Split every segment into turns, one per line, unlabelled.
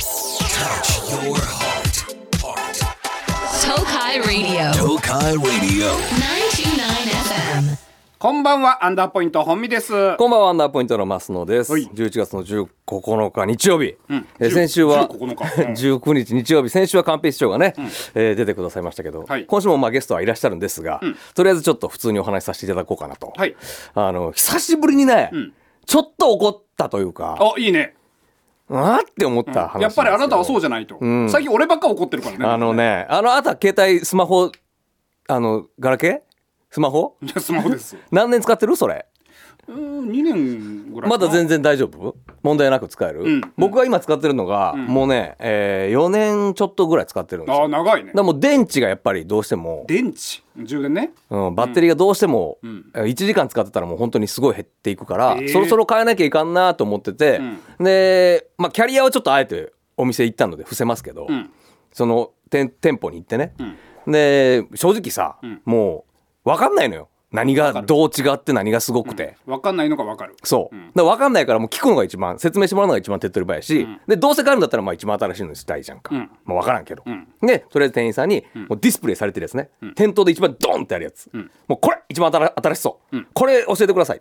Touch your heart. Heart.
Tokai Radio.
Tokai Radio.
929 FM.
こんばんは、アンダーポイント本美です。
こんばんは、アンダーポイントの増野です。
はい
11月の19日日曜日。
ん
えー先週は
19日うん
19日日曜日、先週は寛平市長がね、えー出てくださいましたけど、
はい
今週もまあゲストはいらっしゃるんですが、とりあえずちょっと普通にお話しさせていただこうかなと。
はい
あの、久しぶりにね、
ん
ちょっと怒ったというか、
あ、いいね。
あーって思った話なんですけど。
やっぱりあなたはそうじゃないと。
ん
最近俺ばっか怒ってるからね。
あのね、あの、あなた携帯、スマホ、あの、ガラケースマホ
いやスマホです。
何年使ってるそれ。
うーん、2年ぐらいか
ま
な。
だ全然大丈夫問題なく使える、
ん
僕が今使ってるのが、もうね、えー4年ちょっとぐらい使ってるんです
あー、
よだか
長いね。
らもう電池がやっぱりどうしても、
電池、充電ね。
うん、バッテリーがどうしても、
ん
1時間使ってたらもう本当にすごい減っていくから、
えー
そろそろ変えなきゃいかんなと思ってて、で、まあ、キャリアはちょっとあえてお店行ったので伏せますけど、
うん。
その店店舗に行ってね、で正直さ、
ん
もう分かんないのよ何がどう違って何がすごくて。
わかんないのがわかる。
そう。だから分かんないからもう聞くのが一番、説明してもらうのが一番手っ取り早いし、で、どうせ買うんだったらまあ一番新しいのにしたいじゃんか。
ん
まあ分からんけど。
ん
で、とりあえず店員さんに、もうディスプレイされてるやつね、店頭で一番ドンってあるやつ。もうこれ一番新新しそう、これ教えてください。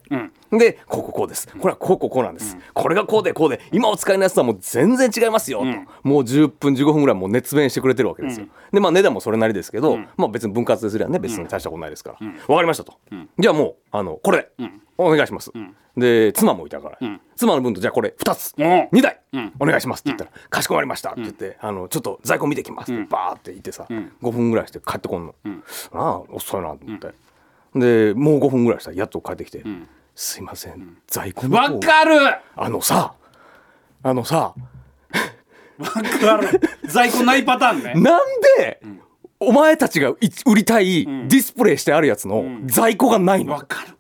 で、こうこうこうです。これはこうこうこうなんです。これがこうでこうで、今お使いのやつとはもう全然違いますよ、と。もう10分15分ぐらいもう熱弁してくれてるわけですよ。で、まあ値段もそれなりですけど、まあ別に分割でするやんね。別に大したことないですから。わ、かりましたと。じゃあもう、あの、これで、お願いします。で、妻もいたから、妻の分とじゃあこれ2つ。
うん
2台、お願いしますって言ったら、かしこまりましたって言って、あのちょっと在庫見てきますってバーって言ってさ、5分ぐらいして帰ってこんの、ああ遅いなと思って、でもう5分ぐらいしたらやっと帰ってきて「すいません、在庫の
わ
方
かる
あのさあのさ
わかる。在庫ないパターンね。
なんで、お前たちがい売りたいディスプレイしてあるやつの在庫がないの、
わかる。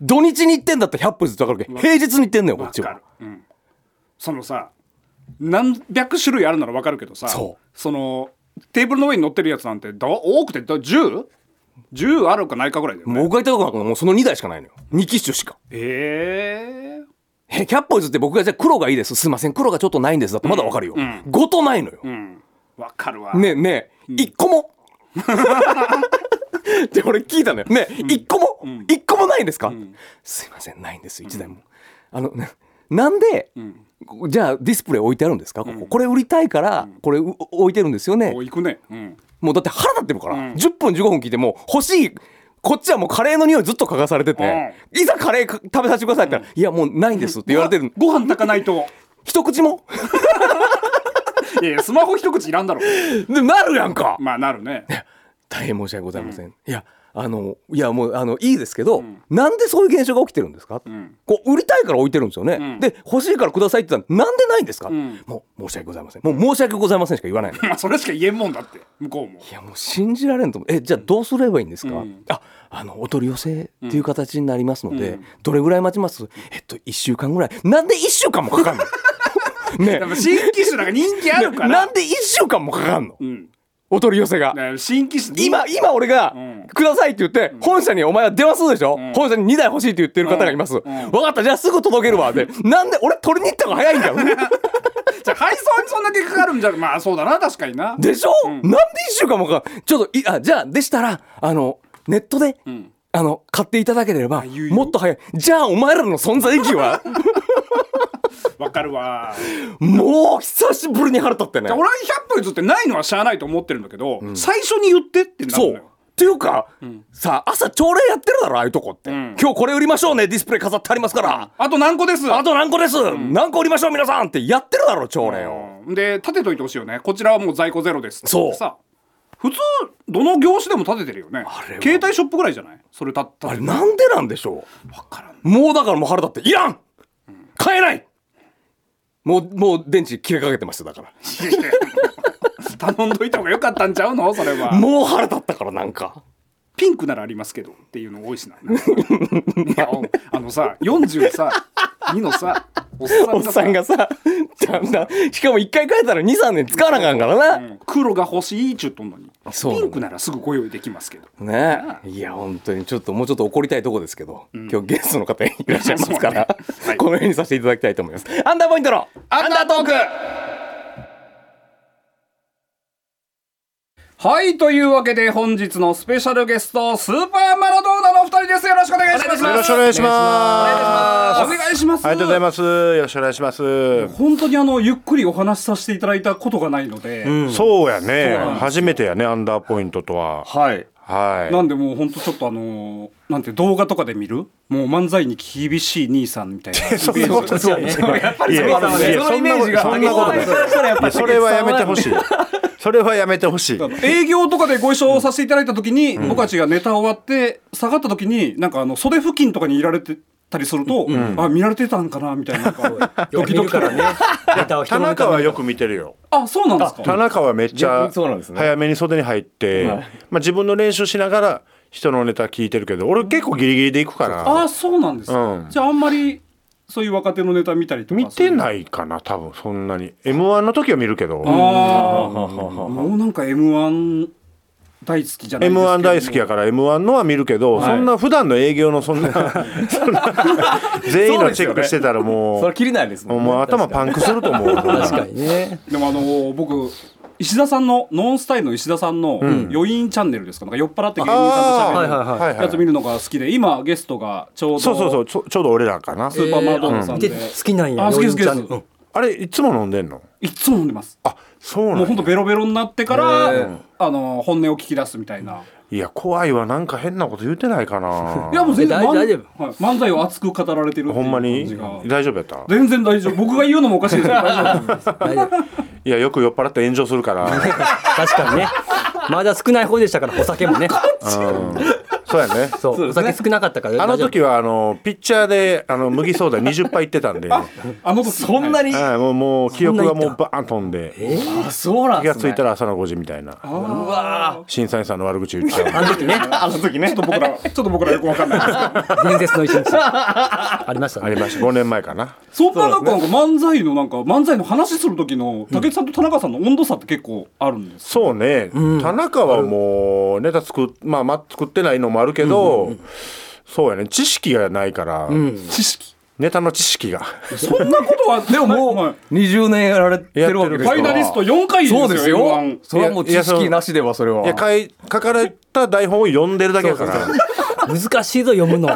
土日に行ってんだったら100歩ずつ分かるけど平日に行ってんのよこっ
わ
ち
か
は
る。。うん。そのさ、何百種類あるならわかるけどさ、
そう
その、テーブルの上に乗ってるやつなんて、ど多くて 10?10 あるかないかぐらいだよね。
もう僕が行ったとこなんかもうその2台しかないのよ2機種しか。
ええ
え100歩譲って僕がじゃあ黒がいいですすいません黒がちょっとないんですだってまだわかるよ、ごとないのよ、
うん。わかるわ。
ねえねえ、一個 もって俺聞いたのよねえ、一個も、一個もないんですか、すいませんないんです一台も、あのななんで、じゃあディスプレイ置いてあるんですかここ,、これ売りたいからこれう置いてるんですよね、
お行くね。うん。
もうだって腹立ってるから、
ん
10分15分聞いてもう欲しいこっちはもうカレーの匂いずっと嗅がされてて、いざカレーか食べさせてくださいって言ったら、いやもうないんですって言われてる
ご飯炊かないと。
一口も
いやいや、スマホ一口いらんだろ。
でなるやんか
まあ、なるね。
大変申し訳ございません、いやあのいやもうあのいいですけど、なんでそういう現象が起きてるんですか、
ん
こう売りたいから置いてるんですよね、で欲しいからくださいって言ったらなんでないんですか、
ん
もう申し訳ございませんもう申し訳ございませんしか言わないのい
まあ、それしか言えんもんだって。向こうも。
やもう信じられんと思うえじゃあどうすればいいんですか、
うん
ああのお取り寄せっていう形になりますので、どれぐらい待ちますえっと1週間ぐらいなんで1週間もかか んのね
でも新機種なんか人気あるから。
なんで1週間もかかんの
うん。
お取り寄せが
だから新機種
今、今俺が
うん、
くださいって言って、本社にお前は電話するでしょ、本社に2台欲しいって言ってる方がいます。わ、
うん
かった、じゃあすぐ届けるわ。で、なんで俺取りに行った方が早いん だよ。
じゃあ配送にそんだけかかるんじゃ、まあ、そうだな、確かにな。
でしょ、なんで一週間もかかるちょっとい、あ、じゃあ、でしたら、あの、ネットで、
ん
あの、買っていただければ、
言うよ
もっと早い。じゃあ、お前らの存在意義 は、
わかるわ。
もう久しぶりに腹立ってね
俺。は100歩譲ってないのはしゃあないと思ってるんだけど、最初に言ってってなる
そ
の
う。っ
よ。
ていうか、さあ、朝朝礼やってるだろ、ああいうとこって。
ん
今日これ売りましょうね、ディスプレイ飾ってありますから。
あと何個です。
あと何個です、何個売りましょう皆さんってやってるだろ朝礼を、
うんで、立てといてほしいよね。こちらはもう在庫ゼロです。
そう
さ普通、どの業種でも立ててるよね
れ。は
携帯ショップぐらいじゃないそれ立立て
あ
て
れ
る
なんでなんでしょ
わからん
うもうだからもう腹立っていらん買えないもうもう電池切れかけてましただか
頼んどいた方が良かったんちゃうのそれ
ら
は
もう腹立ったからなんか
ピンクならありますけどっていうの多いしな いやおあのさ40さ2のさおっさん
おっ
が
さ
さ
んがさちゃんとしかも一回買えたら23年使わなあかんから
う
な、
ん黒が欲しいっちゅうとんのに
そうな
ピ
の
ンクならすぐご用意できますけど
ねいや本当にちょっともうちょっと怒りたいとこですけど、今日ゲストの方いらっしゃいますから、
そうねはい
このようにさせていただきたいと思いますアンダーポイントの
アンダートークはい、というわけで本日のスペシャルゲスト、スーパーマラドーナのお二人です。よろしくお願いします。
よろしくお願いします。
お願いします。
ありがとうござい
ま
ます。よろしくお願いします。
す。本当にあの、ゆっくりお話しさせていただいたことがないので、
そうやね。初めてやね、アンダーポイントとは。
はい。
はい。
なんでもう本当ちょっとあのーなんて動画とかで見るもう漫才に厳しい兄さんみたい な
そんなこと
イメージ
ない
そうやっぱり
い
そ
や
うなの
い
ね
や
そのイメージが
そんなことない
後輩からしたらやっぱり
それはやめてほ しい。それはやめてほしい。
営業とかでご一緒させていただいた時に、僕たちがネタ終わって下がった時になんかあの袖付近とかにいられてたりすると、あ見られてたんかなみ たいななんかドキドキから ね
田中はよく見てるよ。
あそうなんです
田
か
中はめっちゃ
逆そうなんですね
早めに袖に入って、まあ自分の練習しながら人のネタ聞いてるけど、俺結構ギリギリでいくか
あ
ら。
そうなんですか、
うん
じゃああんまりそういう若手のネタ見たりとか
見て
い
ないかな、多分そんなに。M1 の時は見るけど。
ああもうなんか M1 大好きじゃないですけど
M1 大好きやから M1 のは見るけど、そんな普段の営業のそん なそんな全員のチェックしてたらも
それ
う
切りないですもん、
もう頭パンクすると思う。
確かにね
でもあのー僕石田さんのノンスタイルの石田さんの余韻チャンネルですかなんか酔っ払って芸人さんと
あーは
喋る
いはいはい
やつ見るのが好きで今ゲストがちょうど
そうそうそうちょちょうど俺らかな
ス。ーパーマラドーナさんで、
好きなんや
あ好きです
料理ちゃん
好きです
あれいつも飲んでんの？
いっつも飲んでます
あそう
も
な
うほん
ん
と
や。
ベロベロになってからあのー本音を聞き出すみたいない
や怖いわなんか変なこと言ってないかな。
いやもう全然
え大
漫
大丈
はい漫才を熱く語られてるって
ほ
いうん
ま
感じ
に
が
大丈夫やった。
全然大丈夫僕が言うのもおかしい ですけど大丈夫です
大丈夫
いやよく酔っ払って炎上するから。
確かにねまだ少ない方でしたからお酒もね
うんそうやね。
そうお酒少なかったから
あの
大丈夫
時はあのピッチャーであの麦ソーダ20杯いってた んで。
あの時そんなに
はい、もうもう記憶がもうバーン飛んで
あそうなん
気
で
が
す
つい
ね
たら朝の5時みたいな審査員さんの悪口言っちゃ
あの時ね
あの時ねちょっと僕らちょっと僕らよくわかんないです
伝説の一日ありました
うあ
ね
りました5年前かな
そう考えるとなんか漫才のなんか漫才の話する時の竹内さんと田中さんの温度差って結構あるんです
そうね、田中はもうネタ作,、まあまあ、作ってないのもあるけど、そうやね知識がないから、
知識
ネタの知識が
そんなことはでも
もう
はい
20年やられてるわけで
フ
すか
ァイ
ら
ナリスト4回
そうですよ
M1
それはもう知識なしではそれはい
や書い書かれた台本を読んでるだけやから
難しいぞ読むの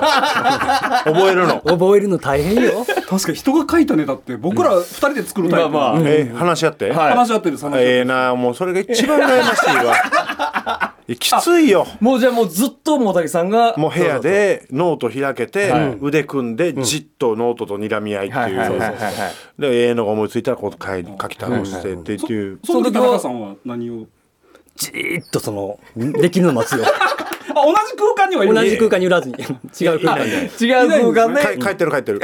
覚えるの
覚えるの大変よ
確か人が書いたネタって僕ら2人で作るタイプ
まあまあ
え話し合って、
はい
話し合ってるんです話し合ってる
ええなもうそれが一番羨ましいわ えきついよ
もうじゃあもうずっともう竹さんが
もう部屋でノート開けて、
はい
腕組んでじっとノートと睨み合いって
はいいはいはいうはいはい
でええのが思いついたらこう書い書き倒してってっていう
その時田
その時は
中さんは何を
じーっとそのできるの待つよ
あ同じ空間にはいる
同じ空間に売らずに違う空間に
違う空間
か
ね
書いてる書いてる、、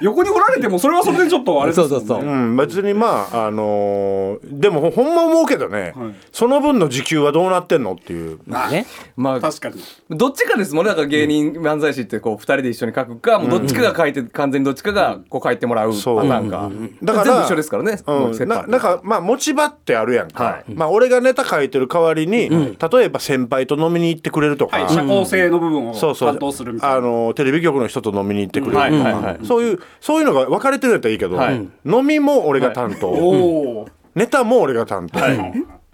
横におられてもそれはそれでちょっとあれです
そうそうそううん
別にまああのーでもほほんま思うけどね、
はい
その分の時給はどうなってんのっていう
まあね
まあ
確かに
どっちかですもんねだから芸人漫才師ってこう二人で一緒に書くかもうどっちかが書いて完全にどっちかがこう書いてもらうパタ
そう
ーンが
だから
全部一緒ですからねも
うん、
セッ
な
パー
なんかまあ持ち場ってあるやんか、まあ、俺がネタ書いてる代わりに、例えば先輩と飲みに行ってくれるとか、
はい社交性の部分を
そうそう
担当するみたいな
あのテレビ局の人と飲みに行ってくれるとか、
はいはいはい
そういうそういうのが分かれてるんやったらいいけど、
はい
飲みも俺が担当、
おー
ネタも俺が担当、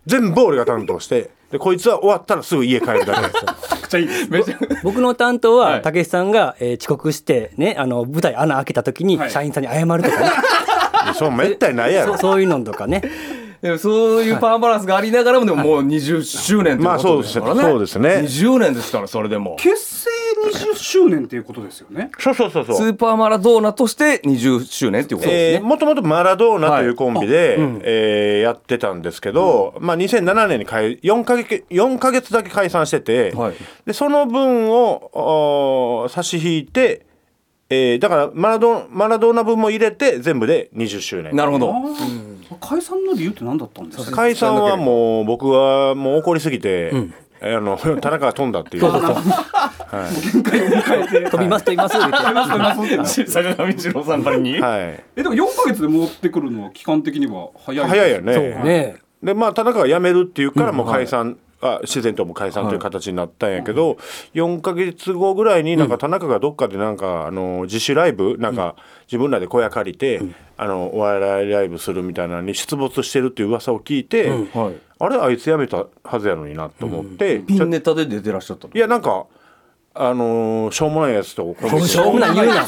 全部俺が担当してでこいつは終わったらすぐ家帰るだけ
めっちゃいいです
めちゃ
僕の担当
は
はいたけしさんが、えー遅刻してねあの舞台穴開けた時に
はい
社員さんに謝るとかね、
そうめったにないや
そ
ろ
うそういうのとかね
でもそういうパワーバランスがありながらもでももう20周年ということですからね、
まあそうですねそうです
20年ですからそれでも
結成20周年っていうことですよね
そうそうそう
ス
そう
ーパーマラドーナとして20周年っていうこと
え
ですね、
ーもともとマラドーナというコンビで、えーやってたんですけど、まあ、2007年にかい4か月4ヶ月だけ解散してて、
はい
でその分をおー差し引いて、えーだからマラドマラドーナ分も入れて全部で20周年
なるほど
あー解散の理由って何だったんですか
解散はもう僕はもう怒りすぎて、えーあの 田中が飛んだっていう
飛びます飛びますって言って
坂上二郎さんばりに
はい、
えでも4ヶ月で戻ってくるのは期間的には早い
早いよね
ね
でまあ田中が辞めるっていうからもう解散、あ自然とも解散という形になったんやけど、4か月後ぐらいになんか田中がどっかでなんかあの自主ライブなんか自分らで小屋借りて、あのお笑いライブするみたいなのに出没してるっていう噂を聞いて、
はい
あれあいつ辞めたはずやのになと思って、
ピ
ちょ
ンネタで出てらっしゃったの
いやなんかあのーしょうもないやつとコンビ組んで
しょうもない言うな。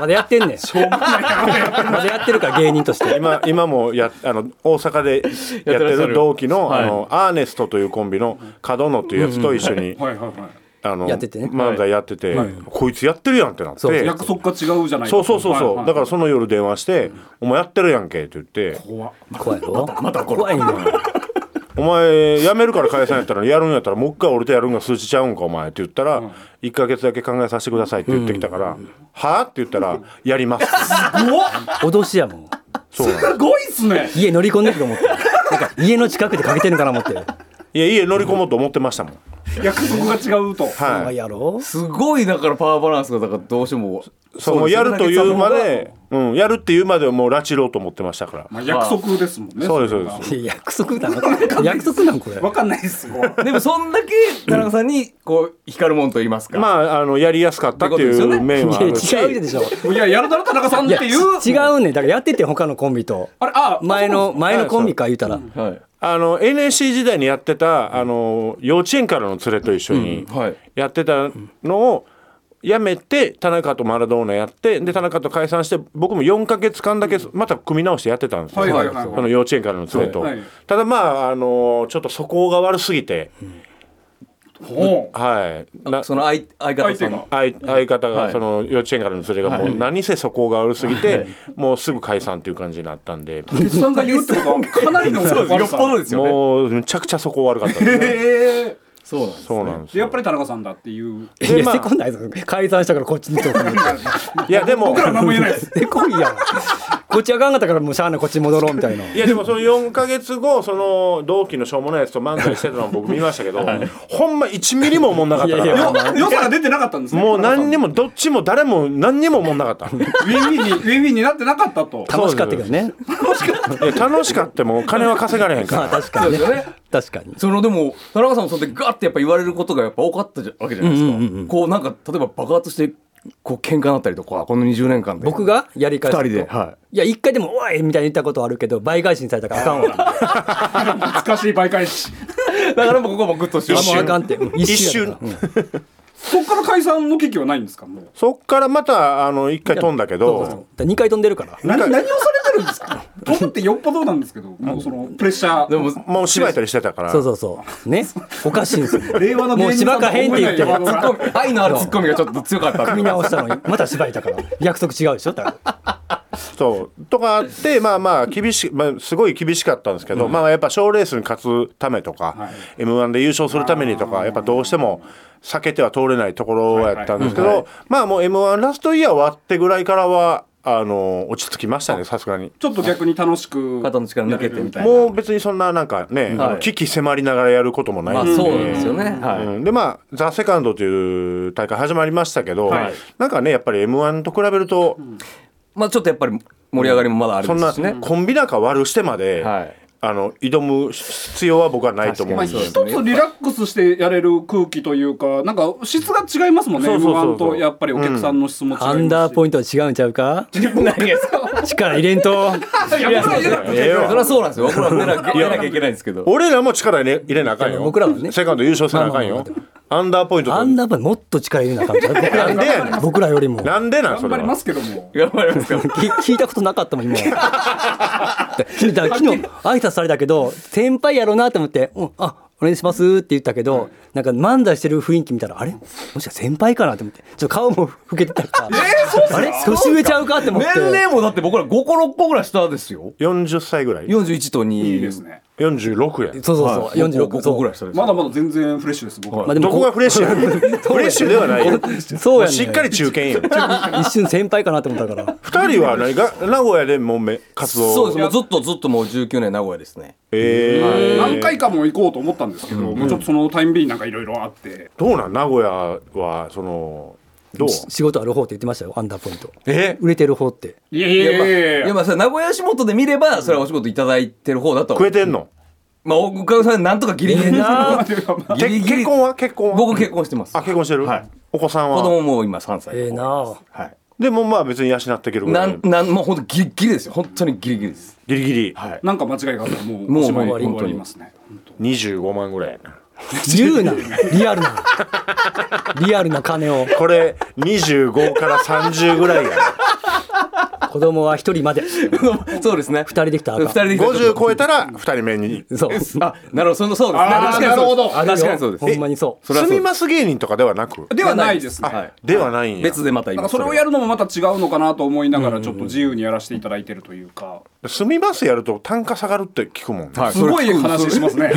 まだやってんねん。まだやってるから芸人として。
今今もやあの大阪でや
や
っ
っててらっしゃ
る
る
同期の,、
はい
あのアーネストというコンビの角野というやつと一緒に
はいはいは
あの
やっててね
漫才やってて、
はい
こいつやってるやんってなって
そう
い。約束が違うじゃない
そ
かと
うそうそうそう、
はいはい
だからその夜電話して「お前やってるやんけ」って言って
怖いろ。また怖いんだよ。
「お前辞めるから解散やったらやるんやったらもう一回俺とやるんが数値ちゃうんかお前」って言ったら「1か月だけ考えさせてください」って言ってきたから「はあ?」って言ったら「やり ます」
脅しやもん。
そうなの
すごいっすね。
家乗り込んでくると思って。なんか家の近くでかけてるのかな思って。
いや家乗り込もうと思ってましたもん
約束が違うと。
は
怖い
い
やろ。
すごいだからパワーバランスがだからどうしても
そうもうやるというまで、うん、やるっていうまではもう拉致ろうと思ってましたから
まあ約束ですもんね。
そうです
れ
そう
が
です
いや約束なの。約束なんこれ。
わかんないっす。これ
でもそんだけ田中さんにこう光るもんと言いますか、
まああのやりやすかったって
って
い
ことです
う
よね
面はあるし
いや違うでしょ。
いややるだろ田中さんっ
いや
ていう。
違うねんだからやってて他のコンビと。
あれあ
前の前のコンビか言うたら。
はい、
あの NSC 時代にやってたあの幼稚園からの連れと一緒に
うんはい
やってたのをやめて田中とマラドーナやってで田中と解散して僕も4か月間だけまた組み直してやってたんですよ、
はいはいはい
その幼稚園からの連れと、
はいはい
ただまああのちょっと素行が悪すぎて、
ほう
はいな
その相相方さんの
相相方が
はい
その幼稚園からの連れがもう何せ素行が悪すぎてもうすぐ解散っていう感じになったんで
鉄さんが言うってことはかなりの
そうですよっぽどですよね
もうめちゃくちゃ素行悪かったんです ね
ええ。
そうなんです
そうなんです
でやっ
よ
ぱり田中さんだっていう。
い
で
や
まあ
せこないぞ。解散したからこっちにとって。
いやでも
僕らは何も言えないです。
せこいやん。こっちあかんかったからもうしゃあないこっちに戻ろうみたいな。
いやでもその4か月後その同期のしょうもないやつと漫才してたのを僕見ましたけど、ほんま1ミリも思んなかったから
いやいや
よ良さが出てなかったんですね。
もう何にもどっちも誰も何にも思んなかった
ウィンウィンにウィンウィンになってなかったと。
楽しかったけどね。
いや楽しかったもう金は稼がれへん
まあ
か
確かにね。確かに。
そのでも田中さんもそれでガッてやっぱ言われることがやっぱ多かったじゃわけじゃないですか、こうなんか例えば爆発してこう喧嘩になったりとかこの20年間で
僕がやり返
2
すと
人で、はい
や一回でも「おい!」みたいに言ったことはあるけど倍返しにされたからあかんわ
懐かしい媒介し。
い、だからもうここもグッとし
あ
よ
もうあかんってうん
ら一
や
瞬
からうん
そこから解散の危機はないんですかもう。
そっからまたあの1回飛んだけど
だ2回飛んでるから
何何をされてるんですか。僕ってよっぽどなんですけど、もうそのプレッシャー。
でも
もう芝居たりしてたから
そうそうそうねおかしいんですよ
令和の
も
芸
う
人さん
芝
と
か
は思
へ
え
んっ
ない
て言って
よう
も
な
ツッコミ愛のあるツッコミがちょっと強か った
組み直したのにまた芝居たから約束違うでしょだから
そうとかあ ってまあまあ厳し、まあ、すごい厳しかったんですけど、まあやっぱ賞ーレースに勝つためとか、m 1で優勝するためにとかやっぱどうしても避けては通れないところやったんですけど、まあもう m 1ラストイヤー終わってぐらいからはあの落ち着きましたねさすがに。
ちょっと逆に楽しく。
肩の力抜けてみたいな
もう別にそんななんかね、
はい
危機迫りながらやることもない
まあ
んで、
そうなんですよね、はい
うんでまあ「ザ・セカンドという大会始まりましたけど、
はい
なんかねやっぱり m 1と比べると、
まあちょっとやっぱり盛り上がりもまだある
そん
で
な
すしね、
コンビ仲悪してまで、
はい
あの挑む必要は僕はないと思うん
まあ、
で
一
すよ。
つリラックスしてやれる空気というか、なんか質が違いますもんね、
そうそうそう
M1 とやっぱりお客さんの質も違いますし。
アンダーポイントは違うんちゃうか
何ですか
力入れんと
いや僕らいや
ええわ
そりゃそうなんですよ僕ら出なきゃ出なきゃいけないんですけど
俺らも力入れ入れなあかんよ。
僕らはね
セカンド優勝せなあかん
ま
よ
あま。
アンダーポイントと
アンダーポイントもっと力入れなあかんちゃう僕
なんで
ら
やねん
僕らよりも
なんでなんそ
頑
れ
張りま
は。
すけども。
頑張りますか
き聞いたことなかったもん今 聞いた昨日挨拶されたけど先輩やろうなと思って「うん、あお願いします」って言ったけど、なんか漫才してる雰囲気見たらあれもしかして先輩かなと思ってちょっと顔も老けてたり さあれ年上ちゃうかって思って
年齢もだって僕ら5個6個ぐらい下ですよ
40歳ぐらい。
41と2
いいですね。
46や。
そうそうそう、46
5
そ
個
う
ぐらい下です
まだまだ全然フレッシュです、僕は。
まあで
ど
も
こがフレッシュやねんフレッシュではないよ。
そうやねん
しっかり中堅やん。
一瞬先輩かなと思ったから
二人は何が名古屋でもめ活動。
そうですもうずっとずっともう19年名古屋ですね
えー
何回かも行こうと思ったんですけど、もうちょっとそのタイムビーなんかいろいろあって。
どうなん名古屋はそのどう。
仕事ある方って言ってましたよアンダーポイント
え
売れてる方って
いやいやいやいやいや
いやまあそれ名古屋仕事で見ればそれはお仕事いただいてる方だと
食えてんの。
まあおかげさんなんとかギリギリですけど ギ
け
リギリ
結婚は結婚は。
僕結婚してます
あ結婚してる。お子さん
子
は。
供も今3歳
ええなあ
はい
でもまあ別に養っていけるぐら
ないんなんもう本当ギリギリですよ本当にギリギリ です
ギリギリ
はい
なんか間違いがあったらもう
もう
おしまい
もう終わり
終わりますね
25万ぐらい
言うなリアルなリアルな金を
これ25から30ぐらいや
子供は一人まで
そうですね
二人できたらあかん
二人できたら
50超えたら2人目に
そう
あなるほどそのそうですね
あー
確かに
なるほど
そうです確かにそうです
ほんまにそう
れ
住
はそうです
みます芸人とかではなく
ではないですね
はい
ではないんや
別でまた
だか
今
らそれをやるのもまた違うのかなと思いながらちょっと自由にやらせていただいてるというか
住みますやると単価下がるって聞くもんね、
は
すごい話しますね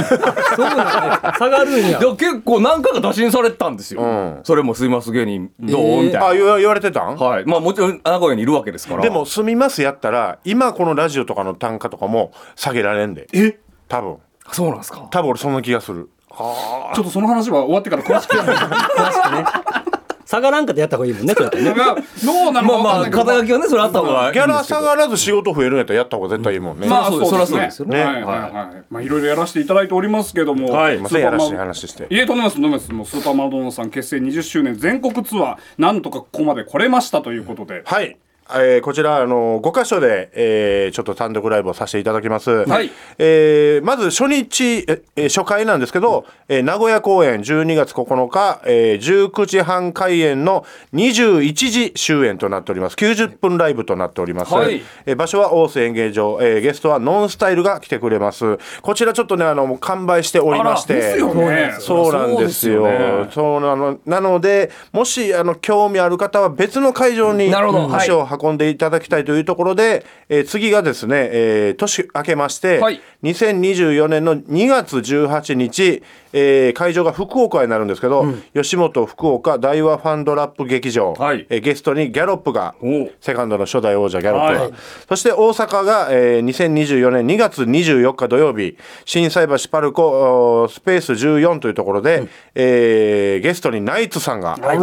そうなんだね下がるんや
いや結構何回か打診されたんですよ、
ん
それも「すいます芸人どう
えー
みたいな
あ言わ言われてたん、
はいまあもちろん名古屋にいるわけですから
でも「住みます」やったら今このラジオとかの単価とかも下げられんで
え
多分
そうなんですか
多分俺そんな気がする
ちょっとその話は終わってから詳しく
詳しくね下がらんかでやった方がいいもんねこれ
なんかどうなの
ま
か
あ
わ
ま
かんな
あ
いけど
肩書きはねそれあった方がいいん
ギャラ
ですけど
下がらず仕事増えるんやったらやった方が絶対いいもんね、
まあ
そ
そう
です
うですね。
そりゃそうですよね
はいはいはい。まあいろいろやらせていただいておりますけども、
はい
スー
ま
パ
た
ー
や
マ
らしい
ン
話して
いえとんでもないですとんでもないですもうスーパーマラドーナさん結成20周年全国ツアーなんとかここまで来れましたということで。
はい。えーこちら、あの5箇所で、えーちょっと単独ライブをさせていただきます。
はい
えーまず初日、ええー初回なんですけど、えー名古屋公演12月9日、えー19時半開演の21時終演となっております。90分ライブとなっております。
はい
えー場所は大須演芸場、えーゲストはノンスタイルが来てくれます。こちらちょっとね、あの、もう完売しておりまして。
ですよね。
そうなんですよ。
そう
そう
ですよね
なの。なので、もし、あの、興味ある方は別の会場に
なるほど
うん
はい
足を運んでいただきたいというところで、えー次がですね、えー年明けまして、
はい
2024年の2月18日、えー会場が福岡になるんですけど、吉本福岡大和ファンドラップ劇場、
はい
えーゲストにギャロップが
お、
セカンドの初代王者ギャロップが、
はい
そして大阪が、えー2024年2月24日土曜日、心斎橋パルコおースペース14というところで、えーゲストにナイツさんが
あら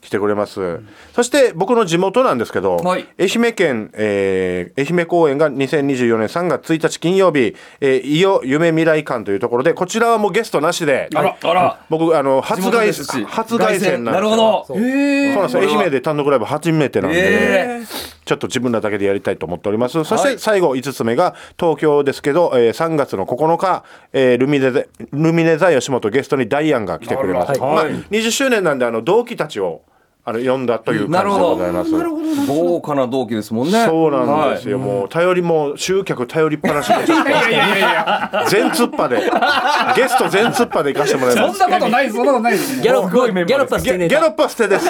来てくれます。そして僕の地元なんですけど、
はい
愛媛県、えー愛媛公演が2024年3月1日金曜日、えー、伊予夢未来館というところで、こちらはもうゲストなしで、
あらあら
僕、あの、初凱
地元ですし
旋、初凱旋なんですよ
なるほど
そうそうなんですよ愛媛で単独ライブ初めてなんで。
ええ
ちょっと自分らだけでやりたいと思っております。そして最後5つ目が東京ですけど、えー3月の9日、えールミネザルミネ座吉本ゲストにダイアンが来てくれます。
あら
まあ
はい
20周年なんであの同期たちをあの呼んだという感じでございます。
豪華な同期ですもんね
そうなんですよ、もう頼りも集客頼りっぱなしで
いやいやいやいや。
全突破でゲスト全突破で行かせてもらいます
そんなことないですそんなことないです。
ギャロップはギャロップは捨
ギ
てね
ャ
え
ギャ
と
ロップは捨てです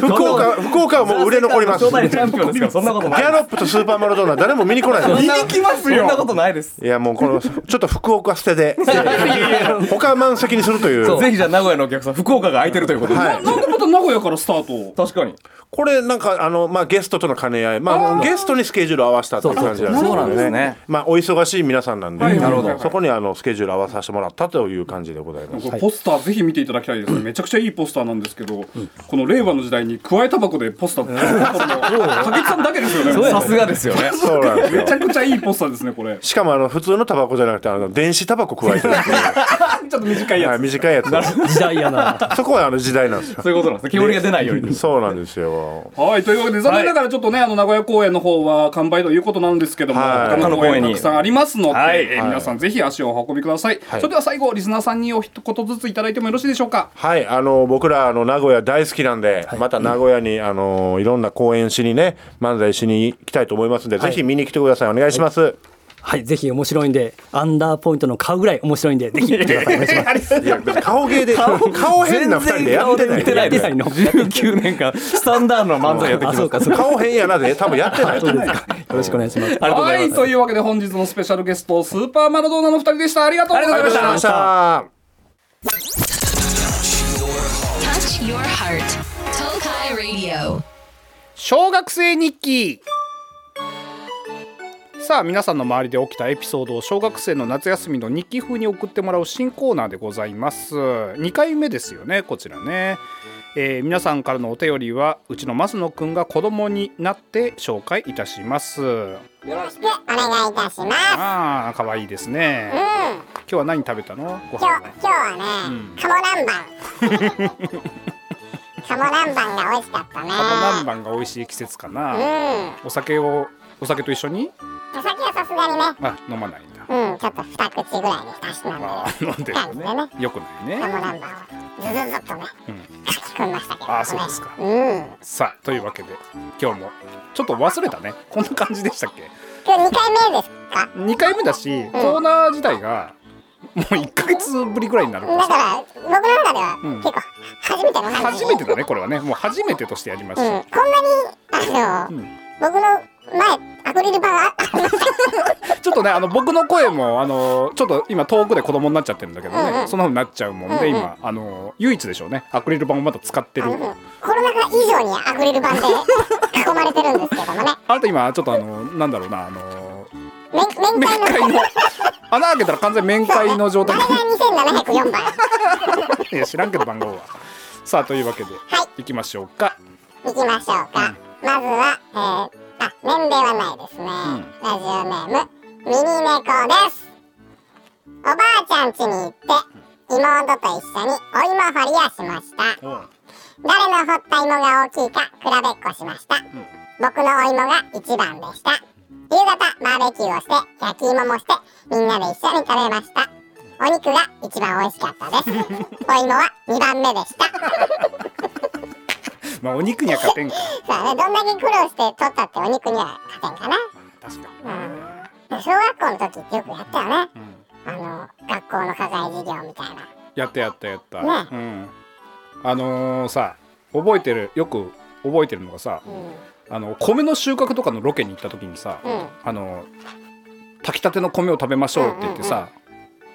福岡福岡はもう売れ残りますギ
商売のチ
ャ
ャンピオンですからそんなことない
ロップとスーパーマラドーナ誰も見に来ないです
行きます
そん
よ
な。ことないです
いやもうこのちょっと福岡捨てで他満席にするという
ぜひじゃあ名古屋のお客さん福岡が空いてるということで、
はい
なんでまた名古屋からスタート。
確かに
これなんかあの、まあ、ゲストとの兼ね合い、まあ、ゲストにスケジュール合わせたっていう感じなんです
そうそうそうそうなんですね
まあ、お忙しい皆さんなんで、
はいなる
ほど
そこにあのスケジュール合わさせてもらったという感じでございます
これポスターぜひ見ていただきたいですね、めちゃくちゃいいポスターなんですけど、この令和の時代にくわえタバコでポスター影木さんだけですよね
さすがですよね
そうなんです
め
よ
ちゃくちゃいいポスターですねこれち
しかもあの普通のタバコじゃなくてあの電子タバコ加えてるってい
ょっと短いう
は
や
い
つ
短いやつ
時代やな
そこはあの時代なんですよ
そういうことなんですね煙が出ないように
そうなんですよ
はいというわけで残念ながらちょっとね、あの名古屋公演の方は完売ということなんですけども、
はい
他の公演たくさんありますので、
はい
えー皆さんぜひ足をお運びください、
はい
それでは最後リスナーさんにお一言ずついただいてもよろしいでしょうか
はいあの僕らあの名古屋大好きなんで、また名古屋にあのいろんな公演しにね漫才しに行きたいと思いますんで、ぜひ見に来てくださいお願いします、
はいぜひ面白いんでアンダーポイントの買うぐらい面白いんでぜひ見てくだ さいお願いします
いや別に顔芸で顔変な2人でやってない
全 然顔で見てないの19年間スタンダードな漫才やってきま
あ
す
そうかそうか
顔変やなで多分やってない
そうですかよろしくお願いします
ありがとうございます
はいというわけで本日のスペシャルゲストスーパーマラドーナの2人でしたありがとうございました
ありがとうございました。
Touch your heart. Tokai Radio.
小学生日記さあ皆さんの周りで起きたエピソードを小学生の夏休みの日記風に送ってもらう新コーナーでございます2回目ですよねこちらね、えー皆さんからのお便りはうちの増野くんが子供になって紹介いたします
お願いいたします。
あー可愛いですね
うん。
今日は何食べたのご
今
飯
日
は
今日はね、カモ南蛮。鴨南蛮が美味しかったね
鴨南蛮が美味しい季節かな
うん
お酒をお酒と一緒に
お酒はさすがにね
あ飲まないんだ
うんちょっと二口ぐらいに足して飲んで
あー飲んでるよね
感じ
よくない
鴨
ね
南蛮をズズズっとね、かき込みましたけどね
あーそうですか
うん
さあというわけで今日もちょっと忘れたねこんな感じでしたっけ
今日二回目ですか
2回目だし、コーナー自体がもう1ヶ月ぶりぐらいになるか
だ
らさ
から僕の中では
ん
結構初めての話、
初めてだねこれはねもう初めてとしてやりまし
うん、
た、
こんなにあの、僕の前アクリル板があ
ちょっとねあの僕の声もあのちょっと今遠くで子供になっちゃってるんだけどね、そんなふうになっちゃうもんで、今あの唯一でしょうねアクリル板をまだ使ってる、
のコロナ禍以上にアクリル板で囲まれてるんですけどもね
あなた今ちょっとあのなんだろうなあの
面面
面
会の
会の穴開けたら完全に面会の状態
あれが2704番
いや知らんけど番号はさあというわけで、
はい
行きましょうか
いきましょうか、まずは、えー、あ年齢はないですね、ラジオネームミニネコですおばあちゃん家に行って妹と一緒にお芋掘りをしました誰の掘った芋が大きいか比べっこしました、僕のお芋が一番でした夕方バーベキューをして焼き芋もしてみんなで一緒に食べましたお肉が一番美味しかったですお芋は二番目でした
まあお肉には勝てんか
そうねどんだけ苦労して取ったってお肉には勝てんかな
確か
小学校の時ってよくやったよね、あの学校の課外授業みたいな
やったやったやった、
ね
うん、あのーさ覚えてるよく覚えてるのがさ、あの米の収穫とかのロケに行った時にさ、
ん
あのー炊きたての米を食べましょうって言ってさ、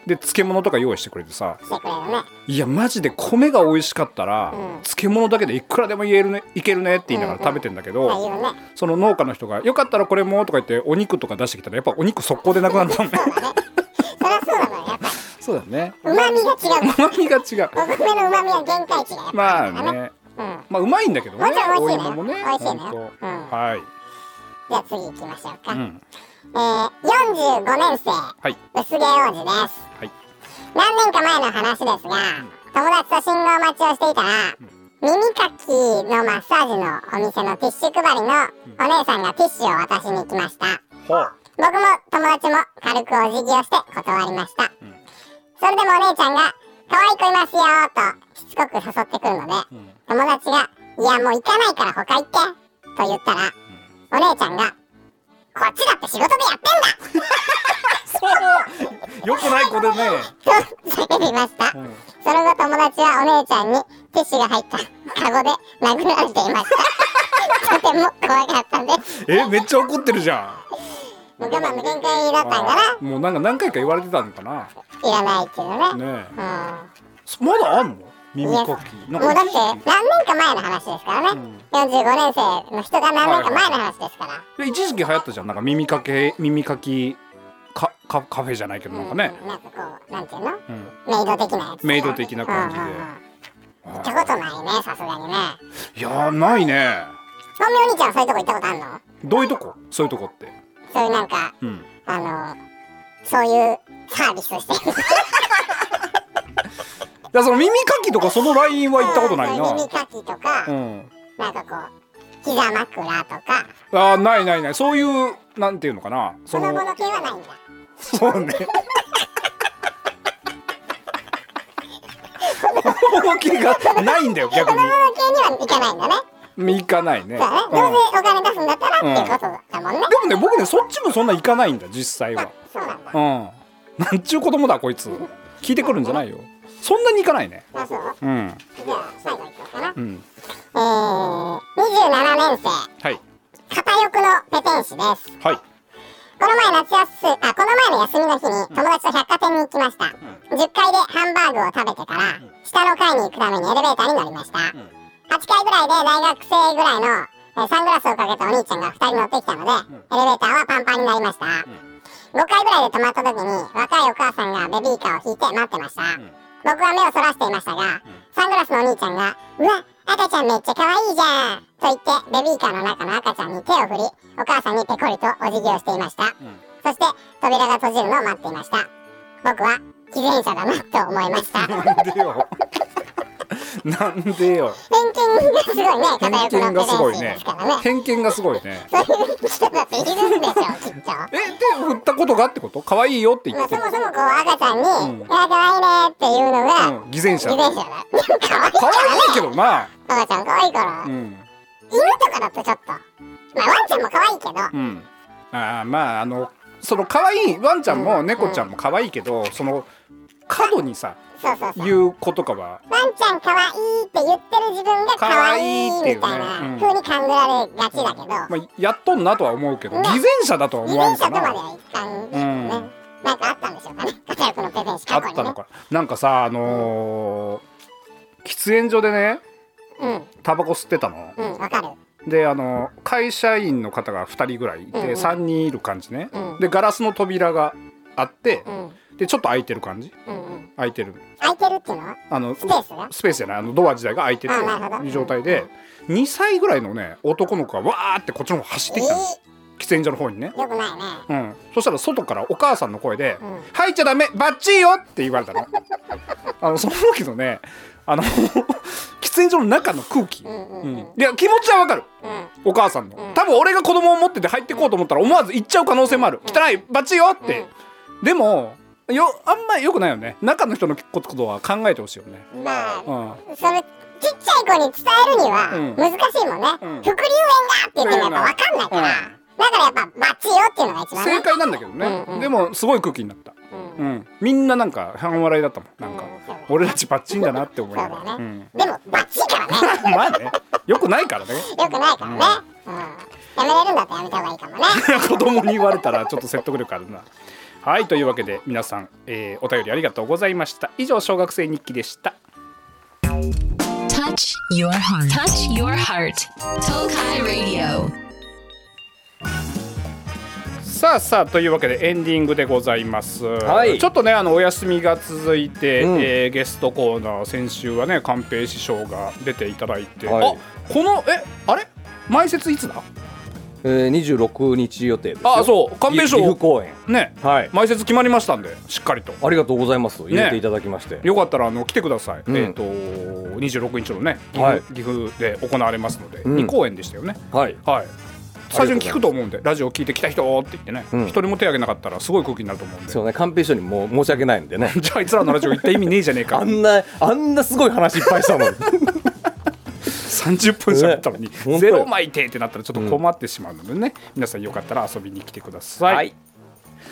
で漬物とか用意してくれてさ
してくれるね
いやマジで米が美味しかったら、漬物だけでいくらでも言えるねいけるねって言いながら食べてんだけど、
ああいうね
その農家の人が「よかったらこれも」とか言ってお肉とか出してきたらやっぱお肉速攻でなくなったもんね
そりゃそうなのよやっぱ
そうだ ね
うまみが違うか
うまみが違う
らお米のうまみは限界値がやっぱ
ま
るから
あ
ね、
ね
うん
まあうまいんだけどね。
もちろん
お
美味しいね
芋もね。
美味しいね
ほんと
うん
はい。
じゃあ次行きましょうか、
ん
えー、45年生、
はい
薄毛王子です、
はい
何年か前の話ですが友達と信号待ちをしていたら耳かきのマッサージのお店のティッシュ配りのお姉さんがティッシュを渡しに来ました
ほう。
僕も友達も軽くお辞儀をして断りました、それでもお姉ちゃんが「可愛い子いますよ」としつこく誘ってくるので、友達が「いやもう行かないから他行って」と言ったら、お姉ちゃんが「こっちだって仕事でやってんだ!」
よくない子でね。
と叫びました、その後友達はお姉ちゃんにティッシュが入ったカゴで殴られていましたとても怖かったんです
え、めっちゃ怒ってるじゃ
もう我慢の限界だったんか
ん。もうなんか何回か言われてたのかな。
ないらないけどね
ねえ。
うん
まだあんの耳
いや
かき。なん
もうだって
か
何年か前の話ですからね、45年生の人が何年か前の話ですから、
で一時期流行ったじゃん。なんか耳かけ、耳かき、か、か、カフェじゃないけどなんかね。
うんなんかこうなんていうの、
ん
メイド的なやつ
メイド的な感じで
うんうんうん行ったことないねさすがにね
いやー、ないね。
本名お兄ちゃんそういうとこ行ったことあんの
どういうとこそういうとこって。
そういうなんか、
ん
あのそういうサービスをしてる
だからその耳かきとかそのラインは 行ったことない
うんそうう耳
な。
かきとか、
うん。
なんかこう膝枕とか
あー、ないないない。そういう、なんていうのかな。そ
子供
の、
の系はないんだ
そう ね。 動きがないんだよ逆
子供の系には行かないんだね
に行かないね、うん、で
そうだね、どうせお金出すんだったらっていうことだもんね、
もね僕ねそっちもそんな行かないんだ実際は
そうなんだ
うんなんちゅう子供だこいつ聞いてくるんじゃないよそんなに行かないね
あそう
うん
じゃあ最後いこうかな。うんえー、27年生、
はい
片翼のペテン師です。
はい
この前夏休あこの前の休みの日に友達と百貨店に行きました、10階でハンバーグを食べてから、下の階に行くためにエレベーターに乗りました、8階ぐらいで大学生ぐらいのえーサングラスをかけたお兄ちゃんが2人乗ってきたので、エレベーターはパンパンになりました、5階ぐらいで止まった時に若いお母さんがベビーカーを引いて待ってました、僕は目をそらしていましたが、サングラスのお兄ちゃんが「うわ赤ちゃんめっちゃ可愛いじゃん」と言ってベビーカーの中の赤ちゃんに手を振りお母さんにペコリとお辞儀をしていました、そして扉が閉じるのを待っていました僕は偽善者だなと思いました
でよ なんでよ
偏見がすごいね
偏見
偏見
が
が
す
す
ご
ご
い
い
ね
ねですからね
偏見がすごいね
そういう人だっているんでしょきっと
えで振ったことがってこと可愛いよって言
ま
っ
あ、そ
て
もそもこう赤ちゃんに「いや可愛いね」っていうのが、
うん偽善者
偽善者だ可愛い
可愛いけどな
赤ちゃん 可愛いから、
うん
犬とかだとちょっとまあワンちゃんも可愛いけど、
うんあーまああのその可愛いワンちゃんも猫ちゃんも可愛いけどその過度にさ
そうそうそう
言う子とかは
ワンちゃん可愛いって言ってる自分が可愛いみ
可愛
たいな
いっていうねうん
風に勘ぐられがちだけど、
まあ、やっとんなとは思うけど偽
ね
善者だとは
偽
思わん
善
か
者とまで
な
はいかん
うん
ね、なんかあったんでしょうかね片役のプレゼンし
あ
過去
っ
に
た
ね
のかなんかさあのー喫煙所でね
うん
タバコ吸ってたの
うんわかる
であのー会社員の方が2人ぐらいいて、
うんうん
3人いる感じね、
うん
でガラスの扉があって
う、ん
でちょっと開いてる感じ
うんうん
開いてる
空いてるっていうのは
あのス
ペースが
スペースじゃないあのドア自体が開いてて
あなるほど
いう状態で2歳ぐらいのね男の子がわーってこっちの方走ってきたの
え
喫煙所の方にね
ー、よくないね
うん、そしたら外からお母さんの声で
うん
「入っちゃダメバッチリよ!」って言われたのあのその時のねあの 喫煙所の中の空気、
うんう
う
んうんん
いや気持ちはわかる
うん
お母さんの、多分俺が子供を持ってて入ってこうと思ったら思わず行っちゃう可能性もある「汚いバッチリよ!」って、でもよあんまりよくないよね中の人のことは考えてほしいよね、
まあ、
うん、
そのちっちゃい子に伝えるには
うん
難しいもんね、
うん
副流煙がって言ってもやっぱ分かんないから、だからやっぱバッチよっていうのが一番ね
正解なんだけどね、
うんうん
でもすごい空気になった、うんみんななんか半笑いだったもんなんか、
うん
俺たちバッチンだなって思い
そ
な
う
が
だ
ら、
よ
う
ね、
ん、
でもバッチリからね
まあねよくないからね
よくないからね、うんやめれるんだったらやめた方がいいかもね
子供に言われたらちょっと説得力あるなはいというわけで皆さん、えーお便りありがとうございました以上小学生日記でした
Touch your heart. Touch your heart. Tokai Radio.
さあさあというわけでエンディングでございます、
はい
ちょっとねあのお休みが続いて、
うん
えーゲストコーナー先週はね寛平師匠が出ていただいて、
はい
あこのえあれ前説いつだ
えー、26日予定ですよ
あそう寛平師匠
岐岐阜公演
ね、
はい
前説決まりましたんでしっかりと
ありがとうございます入れていただきまして、
よかったらあの来てください、
うん
えっ、と26日のね岐阜,、
はい
岐阜で行われますので、
ん
2公演でしたよね
はい
はい最初に聞くと思うんでラジオ聞いてきた人って言ってね一、
ん
人も手挙げなかったらすごい空気になると思うんで
そうね寛平師匠にもう申し訳ないんでね
じゃあいつらのラジオ行った意味ねえじゃねえ
あ
か
んなあんなすごい話いっぱいしたのに
30分喋ったのに
ね
「
本当よ
ゼロ巻いて」ってなったらちょっと困ってしまうのでね、皆さんよかったら遊びに来てください、
はい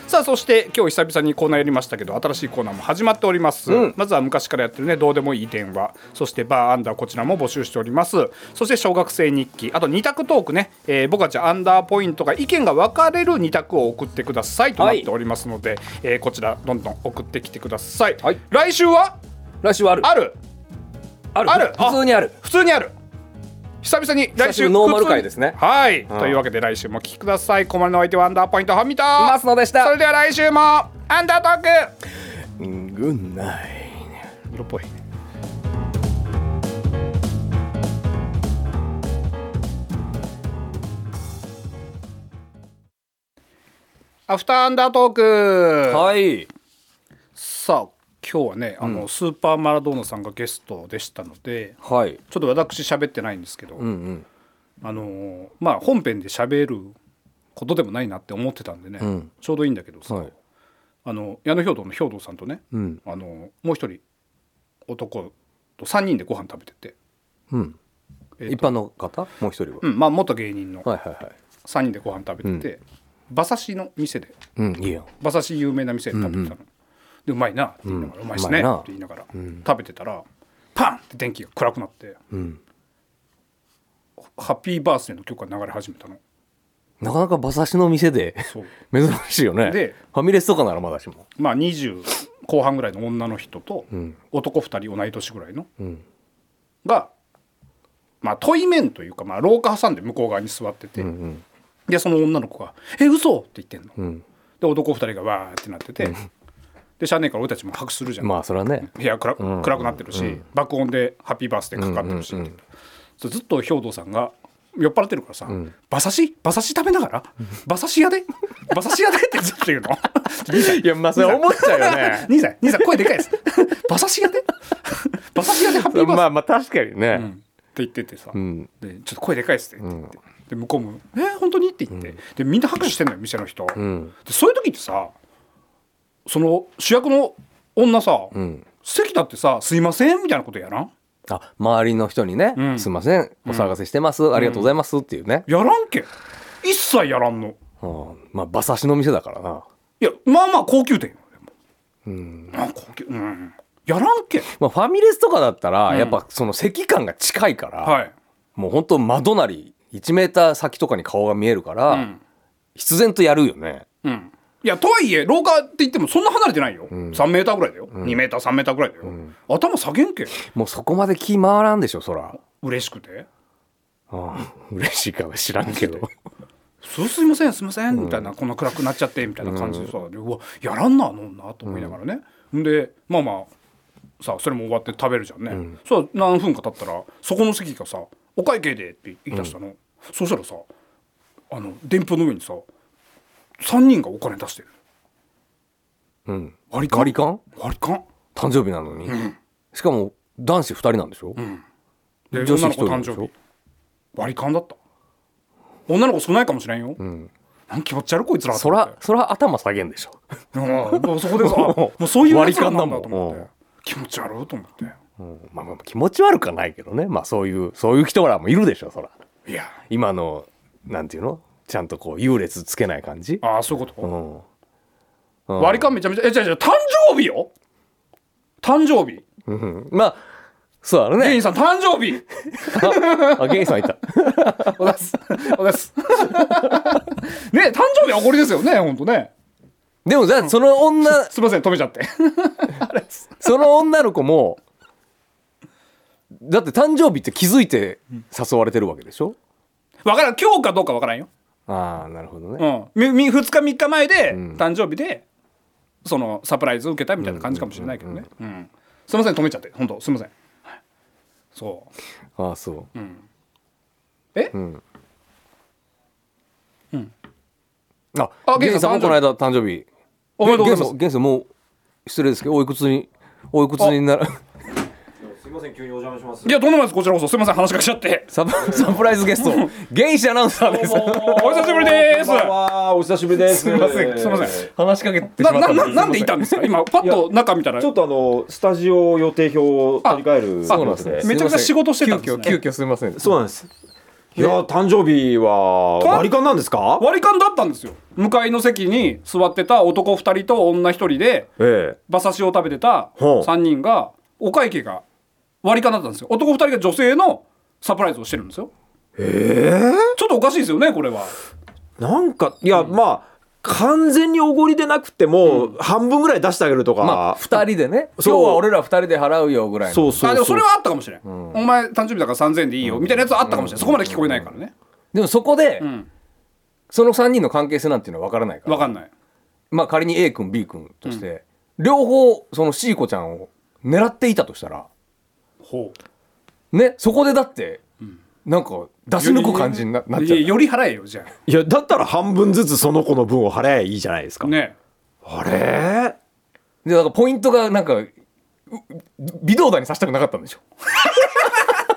さあそして今日久々にコーナーやりましたけど新しいコーナーも始まっております、
うん
まずは昔からやってるねどうでもいい電話そしてバーアンダーこちらも募集しておりますそして小学生日記あと二択トークね、えー、僕たちアンダーポイントが意見が分かれる二択を送ってくださいとなっておりますので、えーこちらどんどん送ってきてください、
はい
来週は
来週はある
ある
ある
ある
普通にある
普通にある久々に来
久しぶ
週
りのノーマ
普通
ル
に
回ですね
はい、
ん
というわけで来週もお聞きください困りの相手はアンダーポイントハミと
ますのでした
それでは来週もアンダートーク
グンナイ
色っぽいアフターアンダートーク、
はい
さあ今日はねあの、スーパーマラドーナさんがゲストでしたので
はい
ちょっと私喋ってないんですけど、
うんうん
あのーまあ本編で喋ることでもないなって思ってたんでね、
ん
ちょうどいいんだけどさ、
はい
あの矢野兵道の兵道さんとね、
ん
あのもう一人男と3人でご飯食べてて、
うん
えーと
一般の方もう一人は、
うんまあ、元芸人の
はいはいはい
3人でご飯食べてて、馬刺しの店で
うんいいよ
馬刺し有名な店で食べてたの、でうまいなって言いながら、うまいっすねっ
うまいな
て言いながら、食べてたらパンって電気が暗くなって、ハッピーバースデーの曲が流れ始めたの。
なかなか馬刺しの 店で
そう
珍しいよね
で
ファミレスとかならまだしも
まあ、20後半ぐらいの女の人と男2人同い年ぐらいの、が、まあ、対面というか、まあ、廊下挟んで向こう側に座ってて、でその女の子が「え嘘って言ってんの。で男2人がわーってなってて、でしゃあねえから俺たちも拍手するじゃん、
まあそれはね
部屋暗,、暗くなってるし、爆音で「ハッピーバースデー」かかってるし、そうずっと兵頭さんが酔っ払ってるからさ「馬刺し馬刺し食べながら馬刺し屋で馬刺し屋で」ってずっと言う の。
いやまあそれ思っちゃうよね
兄さん、兄さん、声でかいです。馬刺し屋で
馬刺し屋でハッピーバースデー
ま あまあ確かに
うんっ
ね、
て言っててさ、
ん
でちょっと声でかいっすねって言って、で向こうも「えー、本当に?」って言って、でみんな拍手してんのよ店の人、
ん
でそういう時ってさその主役の女さ、席だってさ「すいません」みたいなことやらん
あ周りの人にね、
ん
すいませんお騒がせしてます、ありがとうございますっていうね、
やらんけ一切やらんの
うんまあ馬刺しの店だからない
やまあまあ高級店よでも、まあ高級うんやらんけ
まあ、ファミレスとかだったら、やっぱその席感が近いから、
はい
もう本当窓なり1メーター先とかに顔が見えるから、
ん
必然とやるよね
うんいやとはいえ廊下って言ってもそんな離れてないよ、3メーターぐらいだよ、2メーター3メーターぐらいだよ、頭下げんけ
もうそこまで気回らんでしょそら、
嬉しくて
うん、嬉しいかは知らんけど
そうすいませんすいませんみたいな、こんな暗くなっちゃってみたいな感じでさ、でうわやらんなあの女と思いながらね、ん、でまあまあさそれも終わって食べるじゃんね、そう何分か経ったらそこの席がさ「お会計で」って言い出したの、そしたらさあの電報の上にさ3人がお金出してる
うん
割り勘
割り勘
割り勘
誕生日なのに、しかも男子2人なんでしょ、
で
女子
女の
一人
子
な
誕
んでしょ
生日割り勘だった女の子少ないかもしれんよ、なんか気持ち悪いこいつらと
そ
思って
らそら頭下げんでしょ
うんもう そこ でさあもう そういうや
割
つ
り
ら
勘だ
なんだ
もん
と思って気持ち悪いと思って
うんまあ、まあ気持ち悪くはないけどねまあそういうそういう人らもいるでしょそら
いや
今のなんていうのちゃんとこう優劣つけない感じ、
ああそういうこ
う
と、
んうん
割り勘めちゃめちゃえじゃじゃ誕生日よ誕生日
うんまあそうだろう
芸
ね
人さん誕生日
あゲイさんいた
おだすおだす ね誕生日はおごりですよね本当ね
でもじゃあその女
すいません止めちゃって
その女の子もだって誕生日って気づいて誘われてるわけでしょ
わからん今日かどうかわからんよ、
ああなるほど
う
ね、
ん、みみ2日3日前で
ん
誕生日でそのサプライズを受けたみたいな感じかもしれないけどねうんすいません止めちゃって本当すいませんはいそう
ああそう、
え
うんあ
あ
ゲイさんも
ゲ
この
イさん
間誕生日
おめでとうご
ゲン
ざいます
さんゲンさんもう失礼ですけどおいくつにおいくつになら
いや、とんでもないです。こちらこそ。すみません、話がしちゃって。
サプサプライズゲストゲイシアナウンサーです
お久しぶりです。
わあ、お久しぶりです。すみ
ませんすいません。
話しかけて
な、
しまっ
な、
た
な
す
なんでいたんですか今、パッと中見たら。
ちょっとあのスタジオ予定表を取り替える
そうなんですね
めちゃくちゃ仕事してたんですね
急遽急遽すみません
そうなんです。いやー誕生日は
か
割り勘なんですか？
割り勘だったんですよ。向かいの席に座ってた男2人と女1人で、
え
馬刺しを食べてた
ほう
3人が、お会計が割り勘だったんですよ。男2人が女性のサプライズをしてるんですよ。ええちょっとおかしいですよね、これは。
え。なんかいやまあ完全におごりでなくても半分ぐらい出してあげると
まあ
か。
二人でね今日
そう
は俺ら二人で払うよぐらいの
そうそ
あ
う
で
そ
も
う。
それはあったかもしれん。お前誕生日だから3000円でいいよ、みたいなやつはあったかもしれん。そこまで聞こえないからね。
でもそこで、
ん
その3人の関係性なんていうのは分からないから
わかんない。
まあ仮に A 君 B 君として、両方その C 子ちゃんを狙っていたとしたら
ほう。
ねそこでだって、なんか出し抜く感じにななっちゃ
いうやより払えよじゃ
いやだったら半分ずつその子の分を払えばいいじゃないです
あ
か。
ね
あれ？
でなんかポイントがなんかう微動だにさせたくなかったんでしょ